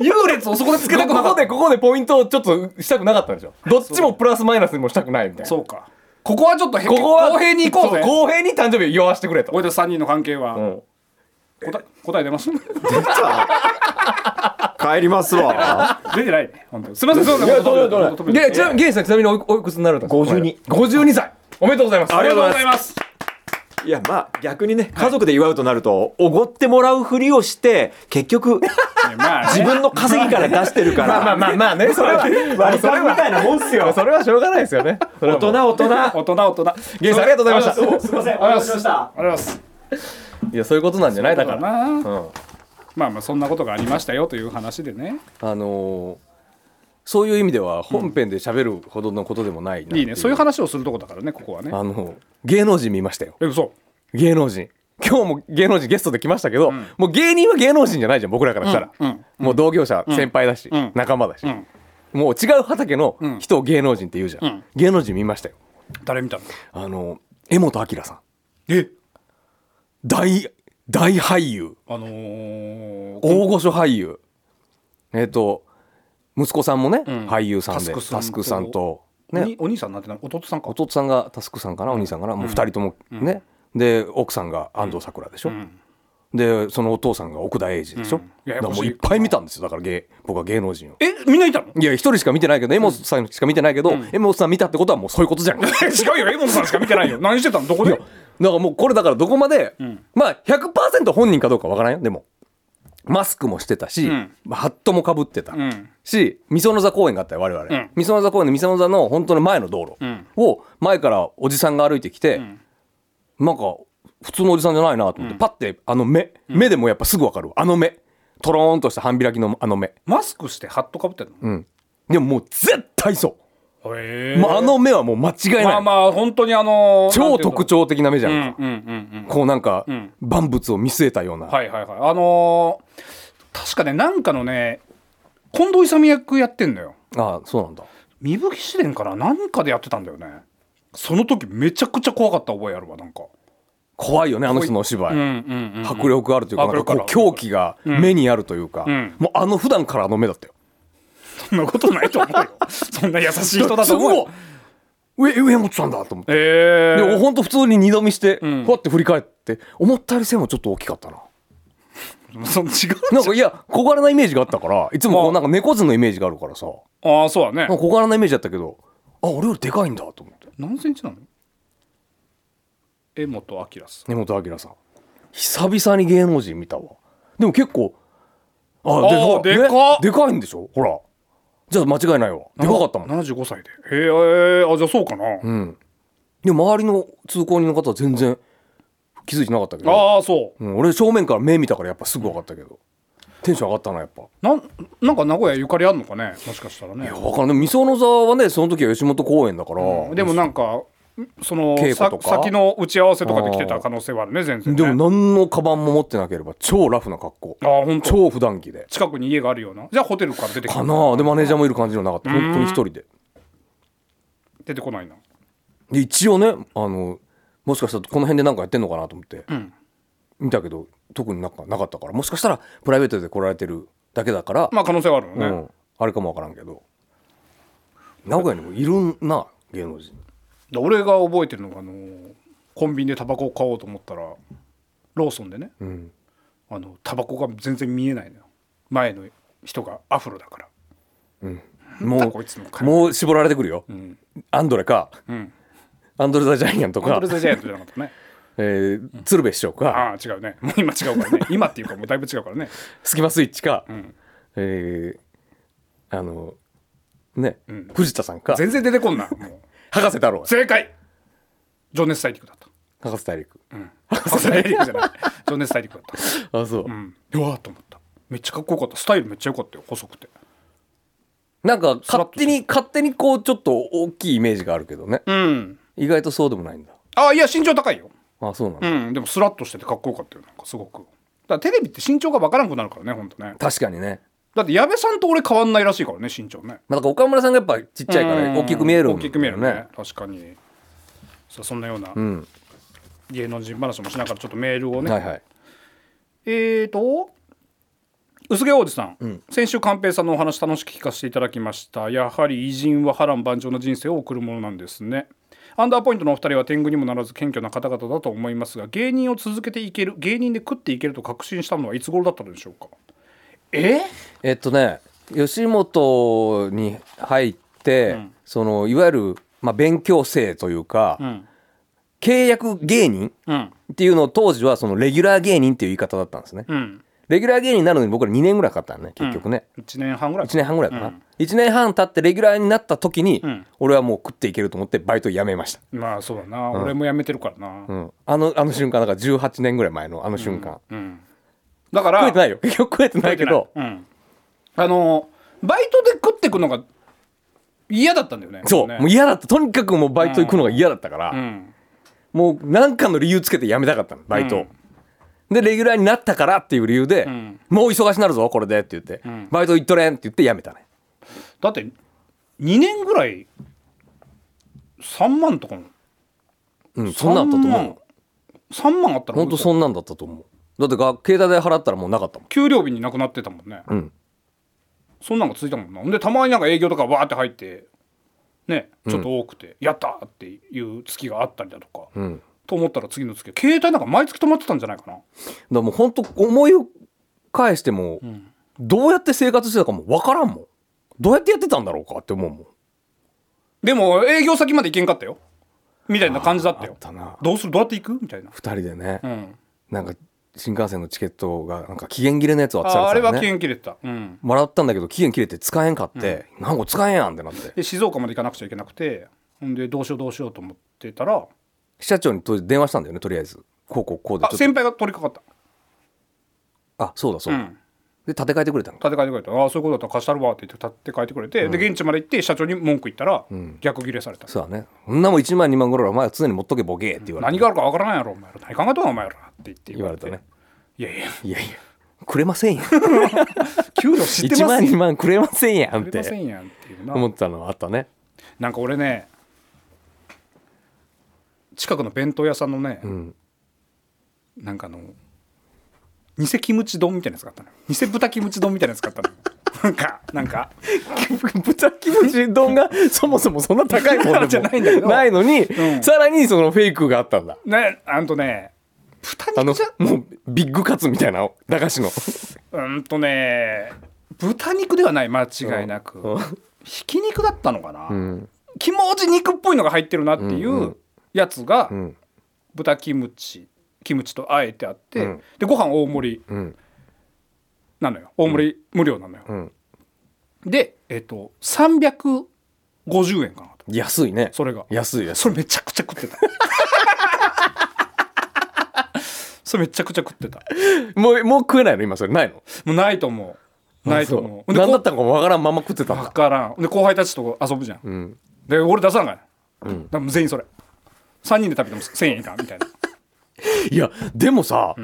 優劣をそこでつけ
で
たく
こ
なか
こ
った
でここでポイントをちょっとしたくなかったんでしょどっちもプラスマイナスにもしたくないみたいな
そうかここはちょっとへ
ここは
公平に行こうぜ
そ公平に誕生日を言わしてくれと
俺と3人の関係は、
ん
答え答え 出ました
帰りますわ。
出てないね本当すいませんそう
いやどうぞどうぞ
で、ちなみに、ゲイさん、ちなみにおい、おいくつになるんですか。
52
五十二歳。おめでとうございます。
ありがとうございます
いやまあ逆にね家族で祝うとなるとおごってもらうふりをして結局。
ねまあね
自分の稼ぎから出して るか
まあまあ
ら。
まあまあね、それは。
割り勘みたいなもんっすよ。
それはしょうがないですよね。それ
大
はもう
人大人。
大人大人
ゲイさん、ありがとうございました。
すみません。お願
ありが
いしました。
とうございます
いや、そういうことなんじゃない、だから。
な、
ん
まあまあそんなことがありましたよという話でね
あのー。そういう意味では、本編で喋るほどのことでもないな。
いいねそういう。話をするとこだからねここはね
あの、芸能人見ましたよ。
え嘘
芸能人。今日も芸能人ゲストで来ましたけど、もう芸人は芸能人じゃないじゃん僕らからしたら、
うんうん
もう同業者、先輩だし、
ん
仲間だし、
ん
もう違う畑の人を芸能人って言うじゃん、
うん
芸能人見ましたよ
誰見たの
あの、江本明さん。
え
大、大俳優
あのー、
大御所俳優えっ、と息子さんもね、
ん
俳優さんで
タスクさんと
タスクさんと
お
ね
にお兄さんなんてな弟さんか
弟さんがタスクさんかなお兄さんかなもう2人ともね、で奥さんが安藤サクラでしょ、でそのお父さんが奥田英二でしょ、
うんやや
だから
こしい
もういっぱい見たんですよだから芸僕は芸能人を
えみんないたの
いや一人しか見てないけど柄本さんしか見てないけど柄本さん見たってことはもうそういうことじゃんいや
違うよエモンさんしか見てないよ何してたのどこで
だからもうこれだからどこまで、まあ100%本人かどうかわからんよでもマスクもしてたし、
ん
まあハットもかぶってた、
うん
し御園座公園があったよ我々、
ん
御園座公園の御園座の本当の前の道路
ん
を前からおじさんが歩いてきて、なんか普通のおじさんじゃないなと思って、パッてあの目、目でもやっぱすぐ分かるわあの目とろーんとした半開きのあの目
マスクしてハットかぶってんの、
うんでももう絶対そ
へ
う、もうあの目はもう間違いない、
まあまあ本当にあのー
超特徴的な目じゃん
う
か、
んうんうん
こうなんか、
ん
万物を見据えたような、
うんはいはいはいあのー確かねなんかのね近藤勇役やってんのよ
ああそうなんだ
三吹試練から何かでやってたんだよねその時めちゃくちゃ怖かった覚えあるわなんか
怖いよねあの人のお芝居、
うんうん
迫力あるというか
迫
なん
力
か
ある
こう狂気が目にあるというか、
ん
もうあの普段からあの目だったよ
そんなことないと思う よそんな優しい人だと思うよ
う上上本さんだと思って、
え
で
ー、
本当普通に二度見して、
ん
ふわって振り返って思ったより背もちょっと大きかったな
そ違う
なんかいや小柄なイメージがあったからいつもこ
あ
うなんか猫背のイメージがあるからさ
ああそう
な
だ
ん
ね
か小柄なイメージだったけどあ俺よりでかいんだと思って
何センチなの江本明さん
根本明さん久々に芸能人見たわでも結構あ
あー
で
で
かい
かっ
でかいんでしょほらじゃあ間違いないわでかかったもん
75歳でへえあじゃあそうかな、
うんでも周りの通行人の方は全然気づいてなかったけど、
ああそ
うん、俺正面から目見たからやっぱすぐ分かったけどテンション上がったなやっぱ
うなんなんか名古屋ゆかりあんのかねもしかしたらね
いや分からんでもみその座はねその時は吉本公演だから、
でもなんかその
稽
さ
古とか
先の打ち合わせとかで来てた可能性はあるね全然
で
ね
も何のカバンも持ってなければ超ラフな格好
あーほんと
超普段着で
近くに家があるようなじゃあホテルから出てき
かなあでマネージャーもいる感じのなかった本当に一人で
出てこないな
で一応ねあのもしかしたらこの辺で何かやってんのかなと思って、見たけど特になんかなかったからもしかしたらプライベートで来られてるだけだから、
まあ可能性はあるよね、
うん、あれかもわからんけど名古屋にもいるな芸能人
で俺が覚えてるのがあのコンビニでタバコを買おうと思ったらローソンでね、あのタバコが全然見えないのよ前の人がアフロだから
も
こいつの
う
会
もう絞られてくるよ、アンドレか、
ん
アンドレ・ザ・ジャイアンと
アン
か
ドレ、ザ・ジャイアントじゃなかったね
えー鶴瓶師匠か
ああ違うねもう今違うからね今っていうかもうだいぶ違うからね
スキマスイッチか、えーあのね、藤田さんか
全然出てこんなもう
博士太郎
正解情熱大陸だった
博士大陸
博士大陸じゃない情熱大陸だっ
あそう、
たうんうわーと思っためっちゃかっこよかったスタイルめっちゃよかったよ細くて
なんか勝手に勝手にこうちょっと大きいイメージがあるけどね、
うん
意外とそうでもないんだ
ああいや身長高いよ
あそうなんだ、
うん、でもスラッとしててかっこよかったよなんかすごくだからテレビって身長が分からなくなるからねほんとね
確かにね
だって矢部さんと俺変わんないらしいからね身長ね
まあなんか岡村さんがやっぱちっちゃいから大きく見えるんだよ
大きく見えるね確かにさあそんなような
うん
芸能人話もしながらちょっとメールをね、
はいはい
えーと薄毛王子さん、先週寛平さんのお話楽しく聞かせていただきましたやはり偉人は波乱万丈な人生を送るものなんですねアンダーポイントのお二人は天狗にもならず謙虚な方々だと思いますが芸人を続けていける芸人で食っていけると確信したのはいつ頃だったのでしょうかえ
えっとね吉本に入って、そのいわゆる、まあ、勉強生というか、
ん
契約芸人
うん
っていうのを当時はそのレギュラー芸人っていう言い方だったんですね、
うん
レギュラー芸人になるのに僕ら2年ぐらいかかったんね結局ね、
1年半ぐらい
1年半ぐらいかな、
うん
1年半経ってレギュラーになった時に、
ん
俺はもう食っていけると思ってバイト辞めました、
まあそうだな、俺も辞めてるからな
う、ん、あのあの瞬間だから18年ぐらい前のあの瞬間、
うんだから
食えてないよ結局食えてないけど
食えてないうん、あのバイトで食ってくのが嫌だったんだよね
そう
ね
もう嫌だったとにかくもうバイト行くのが嫌だったから、
うん
もう何かの理由つけて辞めたかったのバイトを、でレギュラーになったからっていう理由で、
ん
もう忙しなるぞこれでって言って、バイト行っとれんって言って辞めたね
だって2年ぐらい3万とかの
うんそんなんだったと
3
思
万3万あった
う
ら
本当そんなんだったと思うだってが携帯代払ったらもうなかったもん
給料日になくなってたもんね、
ん
そんなんが続いたもんなほんでたまになんか営業とかわーって入ってねちょっと多くて、やったーっていう月があったりだとか、
ん
と思ったら次の月携帯なんか毎月止まってたんじゃないかな
だからもう本当思い返しても、どうやって生活してたかも分からんもんどうやってやってたんだろうかって思うもん
でも営業先まで行けんかったよみたいな感じだったよ
だな
どうするどうやって行くみたいな、
2人でね、
うん、
なんか新幹線のチケットがなんか期限切れのやつを
ああ
渡され
れ
て
は
た
期
ね
限切れてた、うん、
もらったんだけど期限切れて使えんかって、なんか使えんやんってなって
で静岡まで行かなくちゃいけなくてほんでどうしようどうしようと思ってたら
支社長にと電話したんだよねとりあえずこうこうこうで
あ
ちょっ
先輩が取り掛かっ
とあそうだそう
た、う
だ、
ん、
で立て替えてくれたの
立て替えてくれたああそういうことだったら貸したるわって言って立て替えてくれて、で現地まで行って社長に文句言ったら、逆切れされた
そうだねそんなもん1万2万ぐらいはお前は常に持っとけボケって言われ
何
て
があるかわからんやろお前ら何考えとんのお前らって言って
言われたね
いやいや
いやいやくれませんやん
給料知って
1
ま
万
すよ
2万くれませんやんっ
くれませ
て
んやんっていうな
思ったのはあったね
なんか俺ね近くの弁当屋さんのね、なんかあの偽キムチ丼みたいなやつがあったのよ偽豚キムチ丼みたいなやつがあったのよなんかなんか
豚キムチ丼がそもそもそんな高いもんでも
じゃないんだけど
ないのに、
うん
さらにそのフェイクがあったんだ
ねあんとね
あのもうビッグカツみたいな駄菓子の
うんとね豚肉ではない間違いなく、ひき肉だったのかな、気持ち肉っぽいのが入ってるなってい
んう
うやつが、
ん
豚キムチキムチとあえてあって、
ん
でご飯大盛り
うん
なのよ大盛り無料なのよ、
ん
でえっ、と350円かなと
安いね
それが
安い安い
それめちゃくちゃ食って たそれめちゃくちゃ食ってた
もうもう食えないの今それないの
もうないと思うないと思う
そう
で
何だっ
こ
たのかもわからんまま食ってたん
わ
だ
からんで後輩たちと遊ぶじゃん、
ん
で俺出さない、だからもう全員それ3人で食べても1000円以下みたい ない
やでもさ、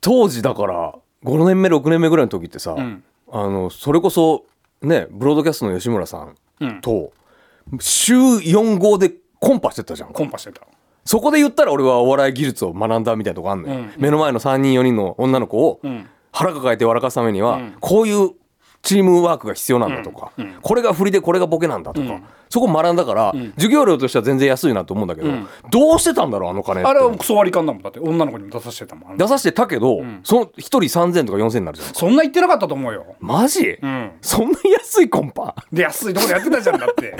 当時だから5年目6年目ぐらいの時ってさ、
ん
あのそれこそねブロードキャストの吉村さんと、週4号でコンパしてたじゃん
コンパしてた
そこで言ったら俺はお笑い技術を学んだみたいなとこあんのよ、目の前の3人4人の女の子を腹抱えて笑かすためには、こういうチームワークが必要なんだとか、これが振りでこれがボケなんだとか、そこ学んだから、授業料としては全然安いなと思うんだけど、どうしてたんだろうあの金って
あれはクソ割り勘だもんだって女の子にも出させてたもんあの
出さしてたけど、その1人3000とか4000になるじゃん
そんな言ってなかったと思うよ
マジ、
ん
そんな安いコンパ
で安いとこでやってたじゃんだ って、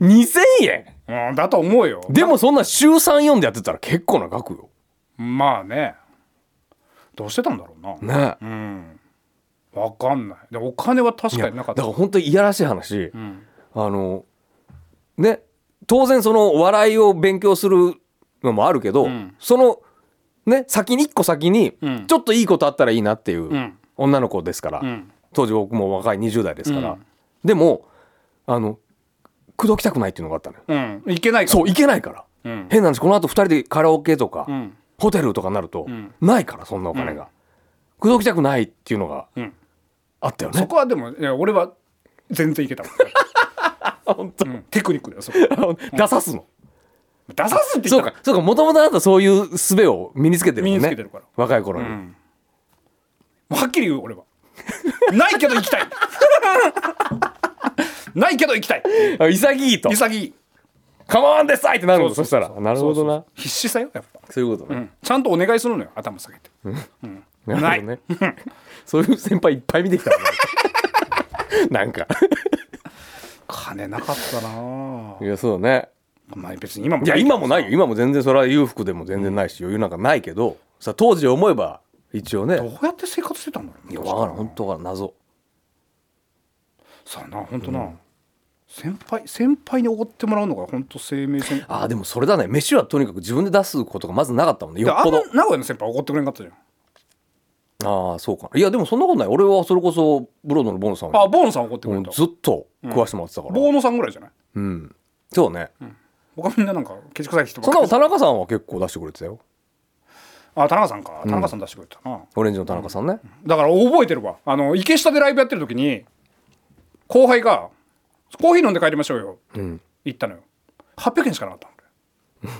2000円
うん、だと思うよ
でもそんな週34でやってたら結構な額よ
まあねどうしてたんだろうな、
ねえ
わかんないでお金は確
い
か
や
にな
だ
かっ
か
た
ら本当にいやらしい話、あのね当然その笑いを勉強するのもあるけど、そのね先に一個先に
ん
ちょっといいことあったらいいなっていう、
ん
女の子ですから、
ん
当時僕も若い20代ですから、
う
でもあの口説きたくないっていうのがあったのよ
うんいけないから
そう行けないから、
ん
変な話この後2人でカラオケとか、
ん
ホテルとかなると、ないからそんなお金が、口説きたくないっていうのが
ん
あったよ
そ
ね、
こはでもいや俺は全然いけたもん
本当
うんテクニックだよそこ出
出さすの
さすって
そ
言
う
った
か、そうか、もともとあなたそういう術を身につけてるもんね。
身につけてるから
若い頃に。
らはっきり言う俺はないけど行きたいないけど行きたい
あ潔いと。
潔い
カモンデサイってなるの
そ
そうしたら。なるほど
そう
な。
そうそう必死さよやっぱ、
そういうこと
う
ね。
ん、ちゃんとお願いするのよ頭下げて
なるほどね。そういう先輩いっぱい見てきたもんね なんか。
金なかったなぁ
いや、そうね。
まあ別に今も
いや、
けど
今もないよ。今も全然それは裕福でも全然ないし、余裕なんかないけど、さ、当時思えば、一応ね。
どうやって生活してたんだろう
いや、わからん。本当は謎。
さあな本当な、先輩先輩におごってもらうのが本当生命線
ああ、でもそれだね。飯はとにかく自分で出すことがまずなかったもんね。
い
よ
や
っ
あ
ぽ
の
ど。
名古屋の先輩おごってくれんかったじゃん
ああ、そうか。いや、でもそんなことない。俺はそれこそ、ブロードのボンさんに
あボーノさんおごってく
う
れ
ん
た、
ずっと食わしてもらってたから、
ボーノさんぐらいじゃない
うんそうね、
他みんななんかケチくさい人ば
そんな
っか
も
り
田中さんは結構出してくれてたよ
あ田中さんか田中さん出してくれたな、
オレンジの田中さんね、
だから覚えてるわあの池下でライブやってる時に後輩が「コーヒー飲んで帰りましょうよ」って言ったのよ、800円しかなかったの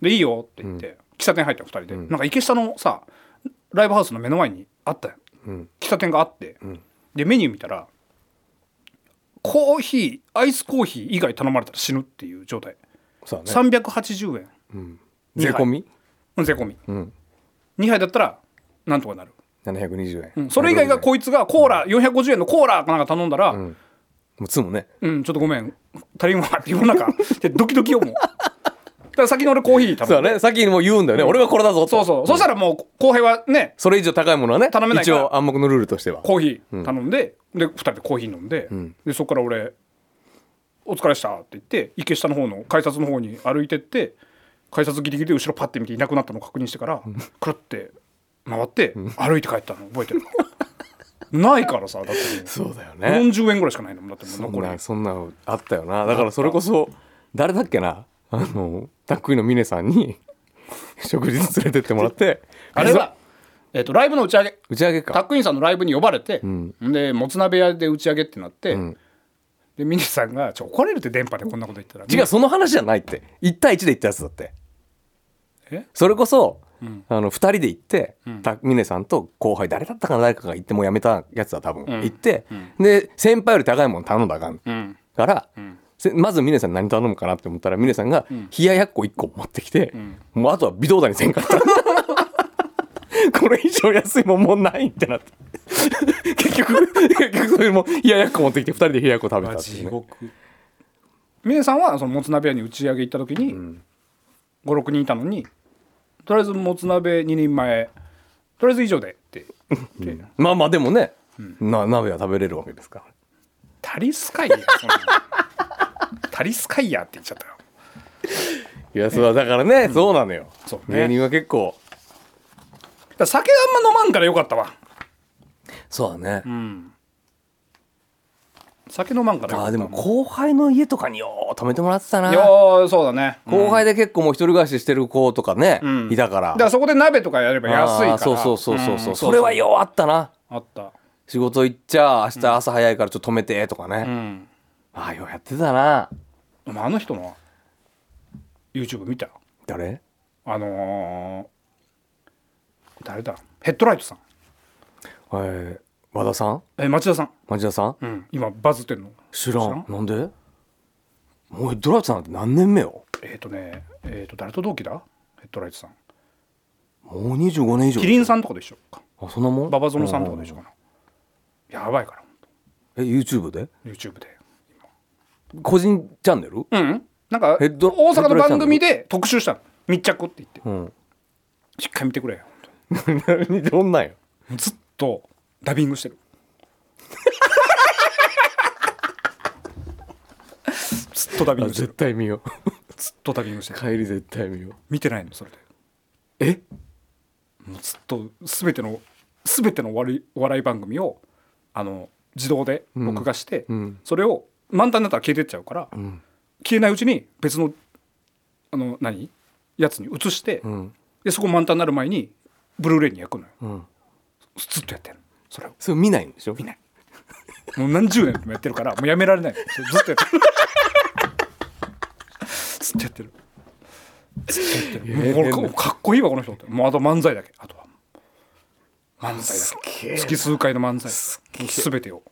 俺で「いいよ」って言って、喫茶店入った2人で、なんか池下のさライブハウスの目の前にあったよ、喫茶店があって、でメニュー見たらコーヒーアイスコーヒー以外頼まれたら死ぬっていう状態、
そうだね
380円
税込み
うん税込み、2杯だったらなんとかなる、
720円、
それ以外がこいつがコーラ450円のコーラかなんか頼んだら、うん
もうつもね
ちょっとごめん足りんわって世の中でドキドキよもうだから先に俺コーヒー
そ
頼
う
む
だね先にもう言うんだよね、俺はこれだぞと
そうそう、そしたらもう後輩はね
それ以上高いものはね
頼めない
一
から
応暗黙のルールとしては
コーヒー頼んで、で2人でコーヒー飲んで、でそこから俺「お疲れした」って言って池下の方の改札の方に歩いてって改札ギリギリで後ろパッて見ていなくなったのを確認してからくるって回って歩いて帰ったの覚えてる ないからさだってもう
そうだよね
40円ぐらいしかないのだってもう
そん
残り
なそんなのあったよなだからそれこそ誰だっけなあのタックイの峰さんに 食事連れてってもらって
あれは、えっとライブの打ち上げ
打ち上げ
タッ
か
クインさんのライブに呼ばれて、でもつ鍋屋で打ち上げってなって、でミネさんが「ちょ怒られるって電波でこんなこと言ったら」
違うその話じゃないって1対1で行ったやつだって
え
それこそ、あの2人で行って、た峰さんと後輩誰だったかな誰かが行ってもうやめたやつだ多分、行って、で先輩より高いもの頼んだらあかん、
ん
から、せまず峰さん何頼むかなって思ったら峰さんが冷ややっこ1個持ってきて、もうあとは微動だにせんかった これ以上安いもんもうないってなって 結局結局それも冷ややっこ持ってきて2人で冷ややっこ食べたっていうね、
ミネさんはそのもつ鍋屋に打ち上げ行った時に、56人いたのにとりあえずもつ鍋2人前とりあえず以上でって言って
まあまあでもね、な鍋は食べれるわけですから
「タリスカイヤ」そ んなのタリスカイヤって言っちゃったよ
いやそうだからね、そうなのよ、
そうね
芸人は結構
だから酒あんま飲まんからよかったわ
そうだね、
酒飲まんからよ
あ
かっ
ー
た
でも後輩の家とかによう泊めてもらってたな
よーそうだね
後輩で結構もう一人暮らししてる子とかね、
ん
いたから
だからそこで鍋とかやれば安いから
あーそうそうそうそうそう、
ん
それはようあったな
あった
仕事行っちゃ明日朝早いからちょっと止めてとかね、
うん
ああようやってたな
でもあの人の YouTube 見た
誰
あのー誰だヘッドライトさん
えー和田さん
え町田さん、
町田さん
うん、今バズってんの
知らんなんでもうドラッさんなんて何年目よ
えっ、とねえっ、と誰と同期だヘッドライトさん
もう25年以上
キリンさんとかでしょか
あそんなもん
馬場園さんとかでしょかなやばいからほんと
え YouTube で
YouTube で
個人チャンネル
うんなんか
ヘッド
大阪の番組で特集したの密着って言って、
ん
しっかり見てくれよほんと
何 どんなんよ
ずっとダビン グしてるずっとダビングして
絶
る
対見よう
ずっとダビングしてる
帰り絶対見よう
見てないのそれで
え
もうずっと全ての全てのお笑いお笑い番組をあの自動で録画して、
ん
それを満タンになったら消えてっちゃうから、消えないうちに別のあの何やつに移して、
ん
でそこ満タンになる前にブルーレイに焼くのよ、ずっとやってるそれを
それ見ないんでしょ
見ないもう何十年もやってるからもうやめられないそれずっとやってるずっとやってるずっとやってるもうこれかっこいいわこの人ってもうあと漫才だけあとは漫才だけ月数回の漫才すべてを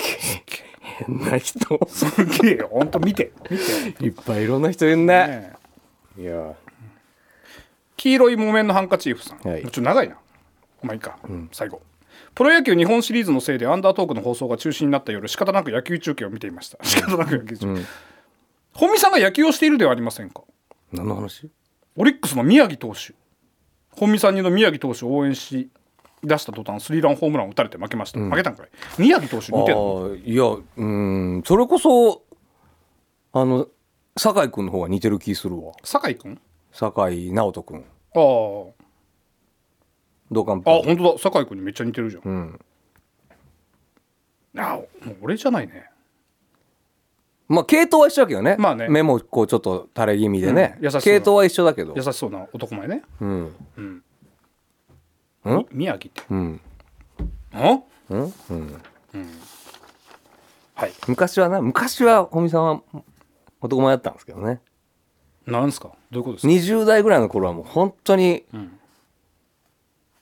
変な人
すげえよほんと見て見て、
いっぱいいろんな人いるね
ねえ
いや
黄色い木綿のハンカチーフさん、
はい
ちょっと長いなまあいいか、最後プロ野球日本シリーズのせいでアンダートークの放送が中止になった夜仕方なく野球中継を見ていました仕方なく野球中継、本見さんが野球をしているではありませんか
何の話
オリックスの宮城投手本見さんにの宮城投手を応援し出した途端スリーランホームランを打たれて負けました、負けたんかい宮城投手
あ
見てんの
ーいやうーんそれこそあの酒井君の方が似てる気するわ
酒井君
酒井直人君
あー
同感
あ本当だ酒井君にめっちゃ似てるじゃん、
ん
あーもう俺じゃないね
まあ系統は一緒だけどね,、
まあね
目もこうちょっと垂れ気味でね、
うん優しそうな
系統は一緒だけど
優しそうな男前ね
うん
み宮城って
うん
あ
昔はな昔は本見さんは男前だったんですけどね
なんすかどういうことですか
20代ぐらいの頃はもう本当に、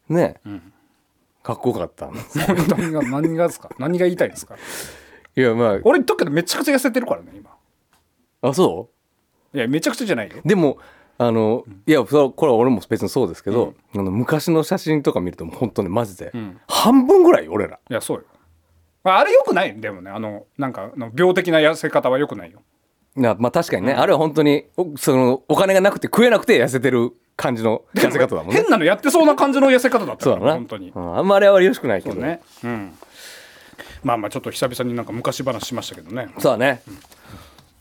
ね、かっこよかったんです
何が何がですか何が言いたいんですか
いやま
俺言っとくけどめちゃくちゃ痩せてるからね今
ああそう
いやめちゃくちゃじゃないよ
でもあのいやそれはこれは俺も別にそうですけど、あの昔の写真とか見るともう本当にマジで、半分ぐらいよ俺ら
いやそうよまああれよくないでもねあのなんかあの病的な痩せ方はよくないよ
なまあ確かにね、あれは本当におそのお金がなくて食えなくて痩せてる感じの痩せ方だもんね
変なのやってそうな感じの痩せ方だった
そうだな
本当に
うんあんまりあれよろしくないけ
そう
ど
ねうんまあまあちょっと久々になんか昔話しましたけどね
そうだね、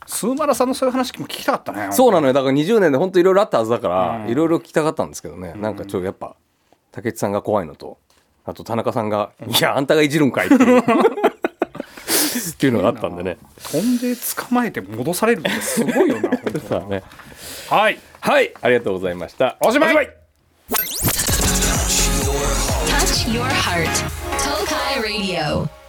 スーマラさんのそういう話も聞きたかったね
そうなのよだから20年で本当いろいろあったはずだからいろいろ聞きたかったんですけどね、なんかちょっとやっぱ竹内さんが怖いのとあと田中さんが「いやあんたがいじるんかい」って いうっていうのがあったんでね
飛んで捕まえて戻されるってすごいよな本当
そうだね
はい
はいありがとうございました
おしまい
Touch your heart. Tokai Radio.